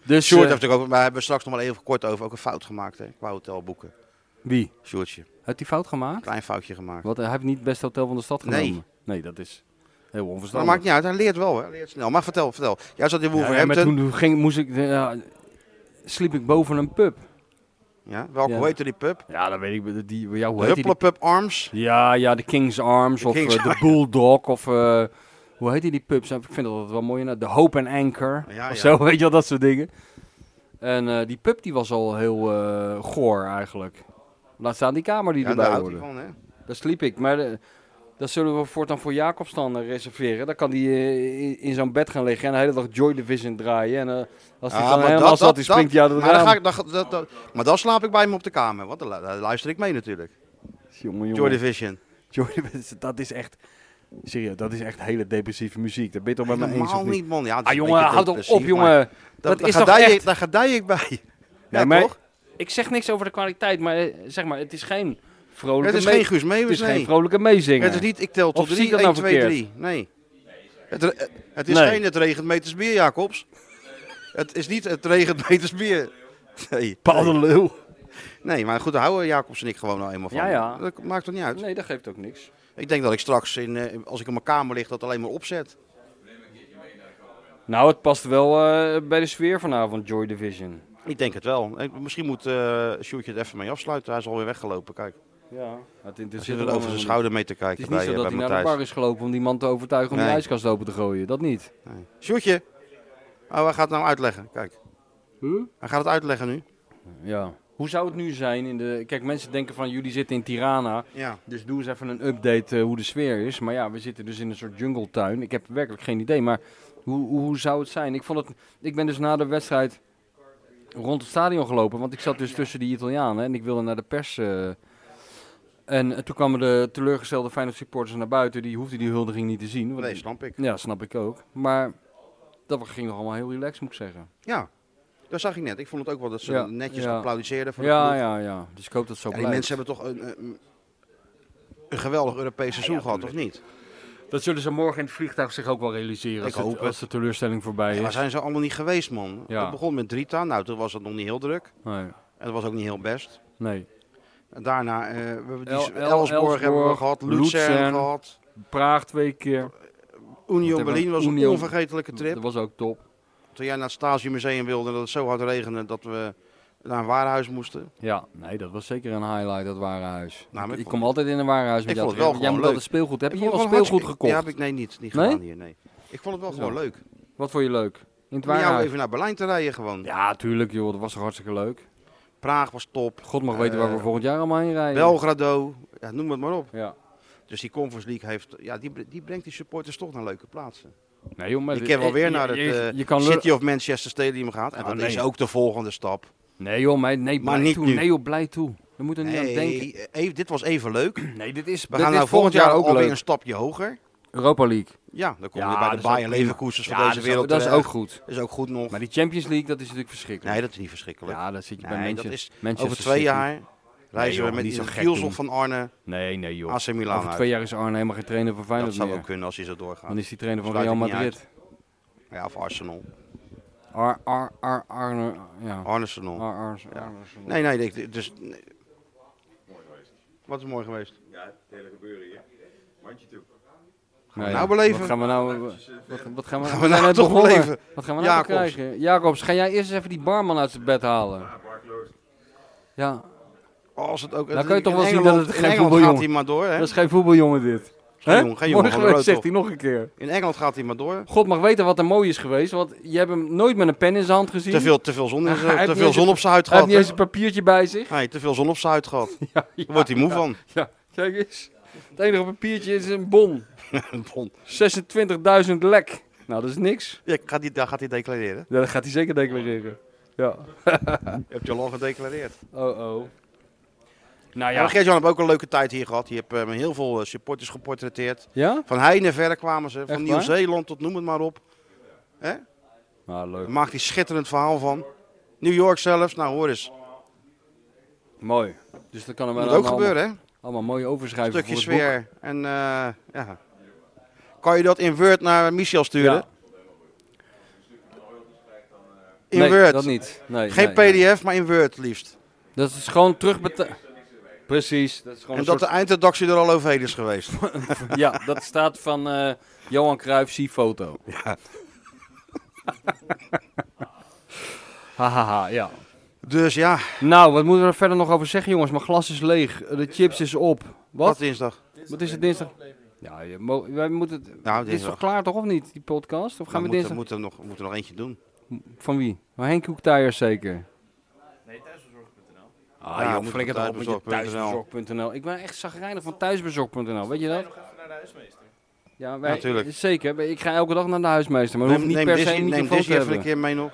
Speaker 2: dus
Speaker 1: Sjoerd
Speaker 2: eh,
Speaker 1: heeft natuurlijk ook, maar hebben we straks nog maar even kort over, ook een fout gemaakt hè, qua hotelboeken.
Speaker 2: wie?
Speaker 1: Sjoerdje,
Speaker 2: Heeft hij fout gemaakt?
Speaker 1: klein foutje gemaakt.
Speaker 2: Want eh, hij heeft niet het beste hotel van de stad
Speaker 1: Nee.
Speaker 2: genomen. Nee, dat is heel
Speaker 1: Maar dat
Speaker 2: onverstandig.
Speaker 1: maakt niet uit, hij leert wel hè, hij leert snel. Maar vertel, vertel. Jij zat in
Speaker 2: Ja, ja, maar
Speaker 1: Wolverhampton.
Speaker 2: toen ging, moest ik, eh, ja, sliep ik boven een pub.
Speaker 1: Ja, welke
Speaker 2: Ja.
Speaker 1: hoe heette die pub?
Speaker 2: Ja, dat weet ik. Die, die, ja, hoe
Speaker 1: De
Speaker 2: heet die?
Speaker 1: Hupplepup Arms.
Speaker 2: Ja, ja, de King's Arms
Speaker 1: De
Speaker 2: of
Speaker 1: King's
Speaker 2: eh, de Bulldog of... eh, hoe heet die, die pubs? Ik vind dat altijd wel mooi. nou, De Hope and Anchor.
Speaker 1: Ja,
Speaker 2: Of
Speaker 1: ja.
Speaker 2: zo, weet je wel, dat soort dingen. En eh, die pub die was al heel eh, goor eigenlijk. Laat staan die kamer die
Speaker 1: Ja, daar
Speaker 2: erbij
Speaker 1: houdt hij
Speaker 2: hoorde.
Speaker 1: van hè.
Speaker 2: Daar sliep ik. Maar eh, dat zullen we voortaan voor Jacobs dan eh, reserveren. Dan kan hij eh, in, in zo'n bed gaan liggen en de hele dag Joy Division draaien. En eh, als hij
Speaker 1: Ah,
Speaker 2: dan
Speaker 1: maar
Speaker 2: helemaal
Speaker 1: dat-
Speaker 2: zat,
Speaker 1: dat-
Speaker 2: die springt hij
Speaker 1: dat-
Speaker 2: uit het
Speaker 1: maar dan
Speaker 2: raam.
Speaker 1: ga ik- dan- dat- dat- Maar dan slaap ik bij hem op de kamer, want dan lu- daar luister ik mee natuurlijk.
Speaker 2: Jongen,
Speaker 1: Joy
Speaker 2: jongen.
Speaker 1: Division.
Speaker 2: Joy Division, dat is echt... Serieus, dat is echt hele depressieve muziek. Daar ben je toch wel mee eens of
Speaker 1: Normaal
Speaker 2: niet?
Speaker 1: niet man. Ja, het is
Speaker 2: Ah
Speaker 1: een
Speaker 2: jongen,
Speaker 1: beetje
Speaker 2: houd toch op
Speaker 1: depressief,
Speaker 2: jongen.
Speaker 1: maar
Speaker 2: Dat
Speaker 1: daar-
Speaker 2: is
Speaker 1: daar
Speaker 2: toch
Speaker 1: gedij ik-
Speaker 2: echt-
Speaker 1: Daar gedij ik bij.
Speaker 2: Nee,
Speaker 1: Ja,
Speaker 2: maar-
Speaker 1: toch?
Speaker 2: Ik zeg niks over de kwaliteit, maar eh, zeg maar, het is geen
Speaker 1: Het
Speaker 2: vrolijke
Speaker 1: is geen
Speaker 2: meezinger.
Speaker 1: Guus
Speaker 2: Het is
Speaker 1: Meeuwis,
Speaker 2: geen
Speaker 1: nee.
Speaker 2: vrolijke meezinger.
Speaker 1: Het is niet, ik tel
Speaker 2: Of
Speaker 1: tot
Speaker 2: zie ik dat
Speaker 1: 3,
Speaker 2: nou
Speaker 1: 1, 2,
Speaker 2: verkeerd?
Speaker 1: 3. Nee. Het, re- eh, het is
Speaker 2: Nee.
Speaker 1: geen het regent meters bier, Jacobs. Het is niet het regent meters bier. Nee.
Speaker 2: Paul de Leeuw.
Speaker 1: nee, maar goed, daar houden Jacobs en ik gewoon nou eenmaal van.
Speaker 2: Ja, ja.
Speaker 1: Dat maakt toch niet uit.
Speaker 2: Nee, dat geeft ook niks.
Speaker 1: Ik denk dat ik straks, in, eh, als ik in mijn kamer lig, dat alleen maar opzet.
Speaker 2: Nou, het past wel eh, bij de sfeer vanavond, Joy Division.
Speaker 1: Ik denk het wel. Ik- Misschien moet eh Sjoerdje het even mee afsluiten. Hij is alweer weggelopen, kijk.
Speaker 2: Ja. Het,
Speaker 1: Hij
Speaker 2: interesseert
Speaker 1: zit
Speaker 2: hem
Speaker 1: er over
Speaker 2: allemaal
Speaker 1: zijn
Speaker 2: niet.
Speaker 1: schouder mee te
Speaker 2: Het
Speaker 1: kijken
Speaker 2: is niet
Speaker 1: bij,
Speaker 2: zo
Speaker 1: eh,
Speaker 2: dat
Speaker 1: bij
Speaker 2: hij naar de bar
Speaker 1: Matthijs.
Speaker 2: is gelopen om die man te overtuigen om die
Speaker 1: Nee.
Speaker 2: ijskast open te gooien. Dat niet.
Speaker 1: Nee. Sjoerdje! Oh, hij gaat het nou uitleggen, kijk. Hij gaat het uitleggen nu.
Speaker 2: Ja. Hoe zou het nu zijn in de... Kijk, mensen denken van jullie zitten in Tirana,
Speaker 1: Ja.
Speaker 2: dus doe eens even een update eh, hoe de sfeer is. Maar ja, we zitten dus in een soort jungletuin. Ik heb werkelijk geen idee, maar hoe, hoe, hoe zou het zijn? Ik, vond het, ik ben dus na de wedstrijd rond het stadion gelopen, want ik zat dus tussen die Italianen en ik wilde naar de pers... eh. en eh, toen kwamen de teleurgestelde Feyenoord supporters naar buiten. Die hoefden die huldiging niet te zien. want
Speaker 1: Nee, snap ik.
Speaker 2: Ja, snap ik ook. Maar dat ging nog allemaal heel relaxed, moet ik zeggen.
Speaker 1: Ja, dat zag ik net. Ik vond het ook wel dat ze
Speaker 2: Ja,
Speaker 1: netjes
Speaker 2: ja.
Speaker 1: applaudisseerden voor de
Speaker 2: Ja,
Speaker 1: ploeg.
Speaker 2: ja, ja. Dus ik hoop dat het zo
Speaker 1: En die
Speaker 2: blijft.
Speaker 1: mensen hebben toch een, een, een geweldig Europees seizoen gehad, of niet?
Speaker 2: Dat zullen ze morgen in het vliegtuig zich ook wel realiseren.
Speaker 1: Ik
Speaker 2: als, het-
Speaker 1: hoop het.
Speaker 2: als de teleurstelling voorbij
Speaker 1: Ja, waar
Speaker 2: is.
Speaker 1: zijn ze allemaal niet geweest, man?
Speaker 2: Ja.
Speaker 1: Het begon met Drita. Nou, toen was het nog niet heel druk.
Speaker 2: Nee.
Speaker 1: En dat was ook niet heel best.
Speaker 2: nee.
Speaker 1: En daarna, eh, we hebben die
Speaker 2: El- El-
Speaker 1: Elsborg, hebben we
Speaker 2: Elsborg,
Speaker 1: gehad, Luzern,
Speaker 2: Luzern.
Speaker 1: gehad.
Speaker 2: Praag twee keer.
Speaker 1: Union
Speaker 2: hebben we?
Speaker 1: Berlin was een
Speaker 2: Union-
Speaker 1: onvergetelijke trip.
Speaker 2: Dat was ook top.
Speaker 1: Toen jij naar het Stasiumuseum wilde en dat het zo hard regende dat we naar een warenhuis moesten.
Speaker 2: Ja, nee, dat was zeker een highlight, dat warenhuis.
Speaker 1: Nou, maar ik
Speaker 2: ik, ik
Speaker 1: vond-
Speaker 2: kom altijd in een warenhuis met
Speaker 1: Ik
Speaker 2: jou.
Speaker 1: vond het wel
Speaker 2: terecht, want
Speaker 1: gewoon
Speaker 2: Jij moet altijd
Speaker 1: leuk.
Speaker 2: speelgoed. Heb
Speaker 1: Ik
Speaker 2: je
Speaker 1: vond
Speaker 2: al
Speaker 1: het wel
Speaker 2: speelgoed
Speaker 1: hartstikke-
Speaker 2: gekocht?
Speaker 1: Ja, heb ik nee, niet, niet
Speaker 2: Nee?
Speaker 1: gedaan hier, nee. Ik vond het wel
Speaker 2: Zo.
Speaker 1: gewoon leuk.
Speaker 2: Wat vond je leuk? In het
Speaker 1: Om jou
Speaker 2: warenhuis?
Speaker 1: even naar Berlijn te rijden gewoon.
Speaker 2: Ja, tuurlijk joh. Dat was toch hartstikke leuk.
Speaker 1: Praag was top.
Speaker 2: God mag weten waar we
Speaker 1: Eh,
Speaker 2: volgend jaar allemaal heen rijden.
Speaker 1: Belgrado, ja, noem het maar op.
Speaker 2: Ja.
Speaker 1: Dus die Conference League heeft, ja, die, die brengt die supporters toch naar leuke plaatsen.
Speaker 2: Nee, joh, maar
Speaker 1: ik
Speaker 2: dit-
Speaker 1: heb alweer
Speaker 2: je-
Speaker 1: naar het
Speaker 2: je- je
Speaker 1: eh,
Speaker 2: kan lul-
Speaker 1: City of Manchester Stadium gehad. En
Speaker 2: Oh,
Speaker 1: dat
Speaker 2: nee.
Speaker 1: is ook de volgende stap.
Speaker 2: Nee joh, maar, nee,
Speaker 1: Maar
Speaker 2: blij
Speaker 1: niet
Speaker 2: toe.
Speaker 1: nu.
Speaker 2: Nee joh, blij toe. We moeten er niet aan denken.
Speaker 1: Nee, eh, dit was even leuk. We
Speaker 2: Nee, dit is, dit
Speaker 1: gaan
Speaker 2: is
Speaker 1: nou volgend jaar ook alweer
Speaker 2: leuk.
Speaker 1: een stapje hoger.
Speaker 2: Europa League.
Speaker 1: Ja, dan kom
Speaker 2: Ja,
Speaker 1: je bij
Speaker 2: dat
Speaker 1: de
Speaker 2: is ook
Speaker 1: Bayern
Speaker 2: prima.
Speaker 1: Leverkusens van
Speaker 2: Ja,
Speaker 1: deze
Speaker 2: dat is ook-
Speaker 1: wereld.
Speaker 2: Dat is
Speaker 1: terecht.
Speaker 2: ook goed.
Speaker 1: is ook goed nog.
Speaker 2: Maar die Champions League, dat is natuurlijk verschrikkelijk.
Speaker 1: Nee, dat is niet verschrikkelijk.
Speaker 2: ja, dat zit je bij
Speaker 1: Nee, dat
Speaker 2: Manchester,
Speaker 1: is
Speaker 2: Manchester
Speaker 1: Over twee
Speaker 2: City.
Speaker 1: jaar reizen
Speaker 2: joh,
Speaker 1: we met
Speaker 2: niet zo
Speaker 1: die
Speaker 2: gek
Speaker 1: Kiels
Speaker 2: doen.
Speaker 1: of van Arne
Speaker 2: Nee, nee joh.
Speaker 1: AC Milan
Speaker 2: Over
Speaker 1: uit.
Speaker 2: twee jaar is Arne helemaal geen trainer van
Speaker 1: Dat
Speaker 2: Feyenoord
Speaker 1: zou
Speaker 2: meer.
Speaker 1: ook kunnen als hij zo doorgaat.
Speaker 2: Dan is hij trainer van
Speaker 1: Sluit
Speaker 2: Real
Speaker 1: ik niet
Speaker 2: Madrid.
Speaker 1: Ja, of Arsenal.
Speaker 2: Ar, ar, ar, Arne, ja.
Speaker 1: Arsenal.
Speaker 2: Ar, ar,
Speaker 1: Ja.
Speaker 2: Arne.
Speaker 1: Nee, nee, ik- dus... nee. Wat is mooi geweest?
Speaker 4: Ja, het hele gebeuren hier. Mandje toe.
Speaker 2: Nee,
Speaker 1: nou beleven?
Speaker 2: Wat gaan we nou... Wat, wat gaan we,
Speaker 1: Gaan we
Speaker 2: zijn
Speaker 1: nou
Speaker 2: net
Speaker 1: toch
Speaker 2: begonnen.
Speaker 1: beleven?
Speaker 2: Wat gaan we nou
Speaker 1: Jacobs.
Speaker 2: krijgen? Jacobs, ga jij eerst eens even die barman uit zijn bed halen?
Speaker 4: Ja, Barkloos.
Speaker 2: Ja,
Speaker 1: Oh, Als het ook,
Speaker 2: Nou, kun je toch
Speaker 1: in
Speaker 2: wel zien
Speaker 1: Engeland-
Speaker 2: dat het
Speaker 1: in
Speaker 2: geen
Speaker 1: Engeland
Speaker 2: voetbaljongen-
Speaker 1: gaat hij maar door, hè?
Speaker 2: dat is geen voetbaljongen dit.
Speaker 1: Geen
Speaker 2: Hè?
Speaker 1: jongen, geen jongen,
Speaker 2: Morgen
Speaker 1: gewoon een
Speaker 2: zegt
Speaker 1: roodtop.
Speaker 2: hij nog een keer.
Speaker 1: In Engeland gaat hij maar door.
Speaker 2: God mag weten wat er mooi is geweest, want je hebt hem nooit met een pen in zijn hand gezien.
Speaker 1: Te veel, te veel zon, in
Speaker 2: Hij
Speaker 1: zijn-
Speaker 2: heeft
Speaker 1: te
Speaker 2: niet
Speaker 1: veel
Speaker 2: eens-
Speaker 1: zon op zijn huid
Speaker 2: Hij
Speaker 1: gehad.
Speaker 2: heeft niet eens
Speaker 1: hè?
Speaker 2: een papiertje bij zich.
Speaker 1: Nee, te veel zon op zijn huid gehad. Daar
Speaker 2: Ja, ja,
Speaker 1: wordt hij moe van.
Speaker 2: ja. kijk eens. Het enige papiertje is een bon.
Speaker 1: Bon.
Speaker 2: 26.000 lek. Nou, dat is niks.
Speaker 1: Ja, gaat hij, daar gaat hij declareren.
Speaker 2: Ja, dat gaat hij zeker declareren. Ja.
Speaker 1: Je hebt je al lang gedeclareerd.
Speaker 2: Oh, oh. Nou
Speaker 1: Ja.
Speaker 2: ja.
Speaker 1: Gert-Jan heeft ook een leuke tijd hier gehad. Die heeft eh, met heel veel eh, supporters geportretteerd.
Speaker 2: Ja?
Speaker 1: Van heine verder kwamen ze.
Speaker 2: Echt
Speaker 1: Van
Speaker 2: waar?
Speaker 1: Nieuw-Zeeland tot noem het maar op.
Speaker 2: Nou, leuk.
Speaker 1: Daar maakt hij schitterend verhaal van. New York zelfs. Nou, hoor eens.
Speaker 2: Mooi. Dus dat kan er wel
Speaker 1: Moet ook
Speaker 2: allemaal,
Speaker 1: gebeuren, hè?
Speaker 2: allemaal mooi overschrijven
Speaker 1: Stukjes
Speaker 2: voor het boek.
Speaker 1: weer. En eh, ja. Kan je dat in Word naar Michel sturen?
Speaker 2: Ja.
Speaker 1: In
Speaker 2: nee,
Speaker 1: Word.
Speaker 2: dat niet. Nee,
Speaker 1: Geen
Speaker 2: nee, nee.
Speaker 1: PDF, maar in Word liefst.
Speaker 2: Dat is gewoon terugbetaald. Precies. Dat is gewoon
Speaker 1: En
Speaker 2: een
Speaker 1: dat de eindredactie er al overheen is geweest.
Speaker 2: Ja, dat staat van eh, Johan Cruijff, zie foto. Ja. Hahaha, ja.
Speaker 1: Dus ja,
Speaker 2: Nou, wat moeten we er verder nog over zeggen, jongens? Mijn glas is leeg, eh, de chips is op.
Speaker 1: wat
Speaker 2: Wat?
Speaker 1: dinsdag?
Speaker 2: Wat is het dinsdag? Ja, je mo- wij moeten... het-
Speaker 1: Nou,
Speaker 2: Dit is
Speaker 1: dinsdag.
Speaker 2: toch klaar, toch, of niet, die podcast? Of gaan we
Speaker 1: Nou, we moeten,
Speaker 2: dinsdag...
Speaker 1: moeten, nog, moeten nog eentje doen.
Speaker 2: Van wie? Van Henk Hoektaaiers zeker?
Speaker 3: Nee, thuisbezorg.nl.
Speaker 2: Ah,
Speaker 1: Ja,
Speaker 2: ja,
Speaker 1: moet
Speaker 2: joh, flikker
Speaker 1: op
Speaker 2: toch op met je
Speaker 1: thuisbezorg.nl.
Speaker 2: thuisbezorg.nl. Ik ben echt zagrijnig van thuisbezorg.nl, weet je dat?
Speaker 3: Nog even naar de huismeester.
Speaker 2: Ja, wij,
Speaker 1: Natuurlijk.
Speaker 2: Zeker, ik ga elke dag naar de huismeester, maar hoeft
Speaker 1: Neem,
Speaker 2: niet
Speaker 1: neem
Speaker 2: per
Speaker 1: Disney,
Speaker 2: se een
Speaker 1: neem
Speaker 2: microfoon te
Speaker 1: Disney even
Speaker 2: hebben.
Speaker 1: een keer mee nog.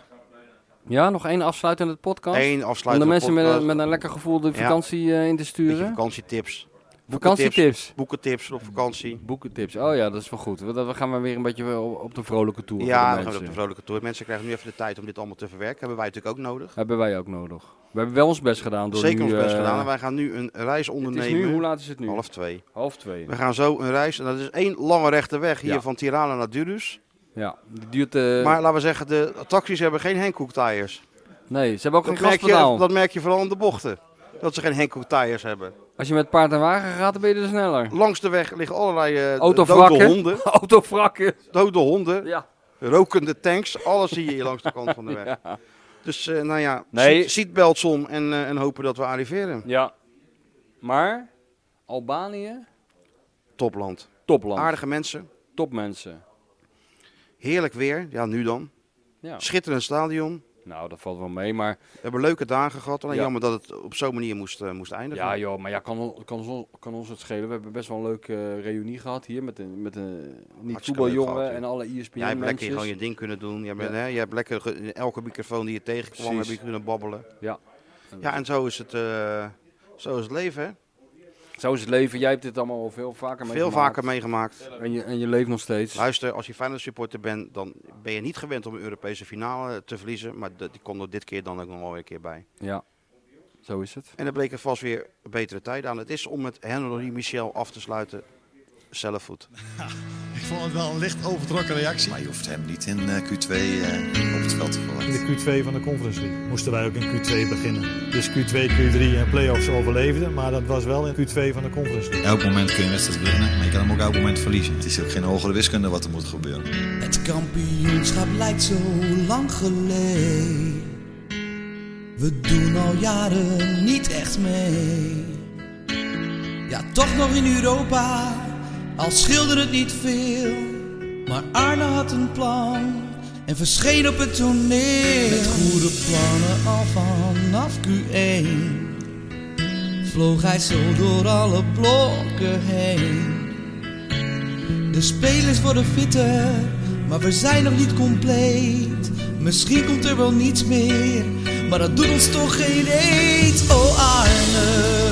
Speaker 2: Ja, nog één afsluitende podcast.
Speaker 1: Eén
Speaker 2: om de
Speaker 1: afsluitende
Speaker 2: mensen met een,
Speaker 1: podcast.
Speaker 2: met een lekker gevoel de
Speaker 1: Ja.
Speaker 2: vakantie eh, in te
Speaker 1: Beetje
Speaker 2: sturen.
Speaker 1: vakantietips.
Speaker 2: Vakantietips.
Speaker 1: Boekentips op vakantie.
Speaker 2: Boekentips. Oh ja, dat is wel goed. We, dat- we gaan maar weer een beetje wel op, op de vrolijke toer. voor de
Speaker 1: Ja, dan gaan we
Speaker 2: mensen.
Speaker 1: op de vrolijke toer. Mensen krijgen nu even de tijd om dit allemaal te verwerken. Hebben wij natuurlijk ook nodig.
Speaker 2: Hebben wij ook nodig. We hebben wel ons best gedaan. Door
Speaker 1: Zeker
Speaker 2: nu,
Speaker 1: ons best
Speaker 2: eh,
Speaker 1: gedaan. En wij gaan nu een reis
Speaker 2: Het is nu,
Speaker 1: ondernemen.
Speaker 2: hoe laat is het nu?
Speaker 1: Half twee.
Speaker 2: Half twee.
Speaker 1: We gaan zo een reis. En dat is één lange rechte weg hier
Speaker 2: Ja.
Speaker 1: van Tirana naar Durus.
Speaker 2: Ja, die duurt... eh,
Speaker 1: maar laten we zeggen, de taxis hebben geen Hankook tires.
Speaker 2: nee, ze hebben ook
Speaker 1: Dat
Speaker 2: geen
Speaker 1: merk, je,
Speaker 2: gaspedaal.
Speaker 1: dat merk je vooral aan de bochten. Dat ze geen Hankook tires hebben.
Speaker 2: Als je met paard en wagen gaat, dan ben je er sneller.
Speaker 1: Langs de weg liggen allerlei eh dode
Speaker 2: Autovrakken.
Speaker 1: honden.
Speaker 2: Autovrakken.
Speaker 1: Dode honden.
Speaker 2: Ja.
Speaker 1: Rokende tanks, alles zie je hier langs de kant van de weg. Dus eh, nou ja,
Speaker 2: Nee.
Speaker 1: nee. seatbelts om en, eh, en hopen dat we arriveren.
Speaker 2: Ja. Maar, Albanië,
Speaker 1: Topland.
Speaker 2: topland.
Speaker 1: Aardige mensen,
Speaker 2: Topmensen.
Speaker 1: heerlijk weer, ja nu dan.
Speaker 2: Ja.
Speaker 1: Schitterend stadion,
Speaker 2: Nou, dat valt wel mee, maar...
Speaker 1: we hebben leuke dagen gehad. Alleen
Speaker 2: Ja.
Speaker 1: jammer dat het op zo'n manier moest, eh, moest eindigen.
Speaker 2: Ja, joh, maar ja, kan, on- kan, ons, kan ons het schelen. We hebben best wel een leuke eh, reunie gehad hier met een, met een niet
Speaker 1: leuk
Speaker 2: voetbaljongen
Speaker 1: gehad,
Speaker 2: en alle E ISPN
Speaker 1: Jij hebt lekker gewoon
Speaker 2: mensen.
Speaker 1: je ding kunnen doen. Jij bent,
Speaker 2: Ja.
Speaker 1: hè, jij hebt lekker ge- in elke microfoon die je tegenkwam,
Speaker 2: Precies.
Speaker 1: heb je kunnen babbelen.
Speaker 2: Ja.
Speaker 1: Ja, en zo is het, eh, zo is het leven, hè.
Speaker 2: Zo is het leven. Jij hebt dit allemaal al veel vaker
Speaker 1: Veel
Speaker 2: meegemaakt.
Speaker 1: vaker meegemaakt.
Speaker 2: En je, en je leeft nog steeds.
Speaker 1: Luister, als je Feyenoord supporter bent, dan ben je niet gewend om een Europese finale te verliezen. Maar dat- die kon er dit keer dan ook nog wel weer een keer bij.
Speaker 2: Ja, zo is het.
Speaker 1: En er bleken vast weer betere tijden aan. Het is om met Henry Michel af te sluiten. Zelfvoet.
Speaker 5: Ik vond het wel een licht overtrokken reactie.
Speaker 6: Maar je hoeft hem niet in eh, Q2 eh, op het veld te
Speaker 7: In
Speaker 6: verwachten.
Speaker 5: De Q2 van de Conference League moesten wij ook in Q2 beginnen. Dus Q2, Q3 en play-offs overleefden, maar dat was wel in Q2 van de Conference League.
Speaker 6: Elk moment kun je een wedstrijd winnen, maar je kan hem ook elk moment verliezen. Het is ook geen hogere wiskunde wat er moet gebeuren.
Speaker 8: Het kampioenschap lijkt zo lang geleden. We doen al jaren niet echt mee. Ja, toch nog in Europa, al schilderde het niet veel. Maar Arne had een plan en verscheen op het toneel. Met goede plannen al vanaf Q1 vloog hij zo door alle blokken heen. De spelers worden fitter, maar we zijn nog niet compleet. Misschien komt er wel niets meer, maar dat doet ons toch geen eet. Oh Arne,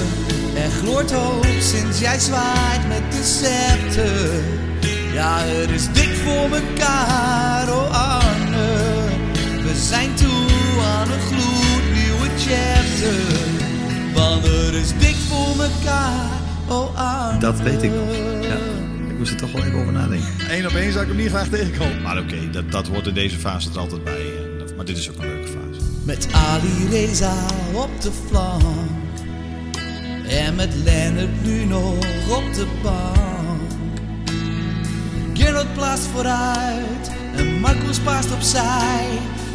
Speaker 8: er gloort hoop sinds jij zwaait met de scepter. Ja, het is dik voor mekaar, oh Arne. We zijn toe aan een gloednieuwe chapter. Want het is dik voor mekaar, oh Arne.
Speaker 6: Dat weet ik nog, ja. Ik moest er toch wel even over nadenken.
Speaker 7: Eén op één zou ik hem niet graag tegenkomen.
Speaker 6: Maar oké, dat, dat hoort in deze fase er altijd bij. eh, En dat- Maar dit is ook een leuke fase.
Speaker 8: Met Ali Reza op de flank. En met Lennart nu nog op de bank. Gernot plaatst vooruit. En Marcus paast opzij.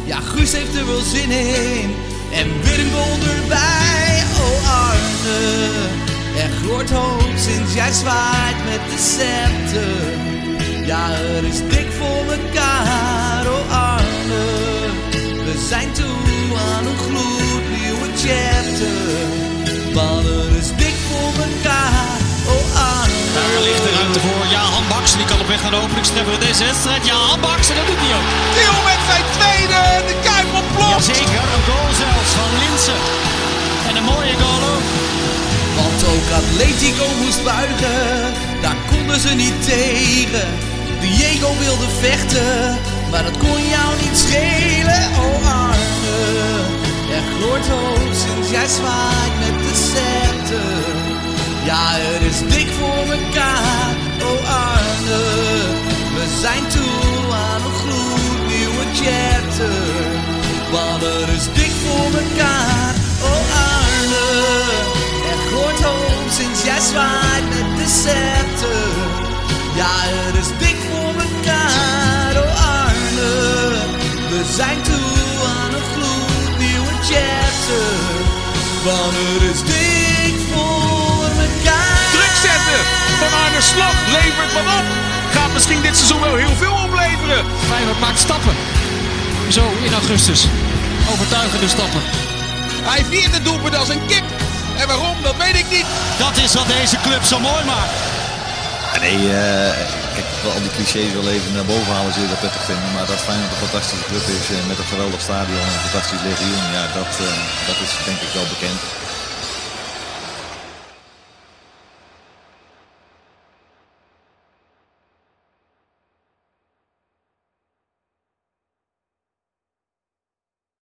Speaker 8: Ja, Guus heeft er wel zin in. En Willem erbij. Oh Arne, er gloort hoop sinds jij zwaait met de scepter. Ja, er is dik voor mekaar, oh Arne. We zijn toe aan een gloednieuwe chapter. Ballen is dik voor elkaar, oh Arne.
Speaker 9: Daar ligt de ruimte voor Jahan Baks. Die kan op weg naar de openingstreffer in deze wedstrijd. Jahan Baks, en dat doet hij ook.
Speaker 7: Theo met zijn tweede, de Kuip ontploft.
Speaker 9: Jazeker, een goal zelfs van Linsen. En een mooie goal ook.
Speaker 8: Want ook Atletico moest buigen, daar konden ze niet tegen. Diego wilde vechten, maar dat kon jou niet schelen, oh Arne. Er gloort hoop sinds jij zwaait met de scepter. Ja, het is dik voor elkaar, oh Arne. We zijn toe aan een gloednieuwe chapter. Want het is dik voor elkaar, oh Arne. Er gloort hoop sinds jij zwaait met de scepter. Ja, het is dik voor elkaar, oh Arne. We zijn toe aan een gloednieuwe chapter. Want het is dik voor elkaar.
Speaker 7: Druk zetten van Arne Slot levert wat op. Gaat misschien dit seizoen wel heel veel opleveren.
Speaker 9: Feyenoord maakt stappen. Zo, in augustus. Overtuigende stappen.
Speaker 7: Hij viert het doelpunt als een kip. En waarom, dat weet ik niet.
Speaker 9: Dat is wat deze club zo mooi maakt.
Speaker 6: Ja, nee, eh, kijk, ik wil al die clichés wel even naar boven halen, zul je dat prettig vinden. Maar dat Feyenoord een fantastische club is eh, met een geweldig stadion en een fantastisch legioen, ja, dat, eh, dat is denk ik wel bekend.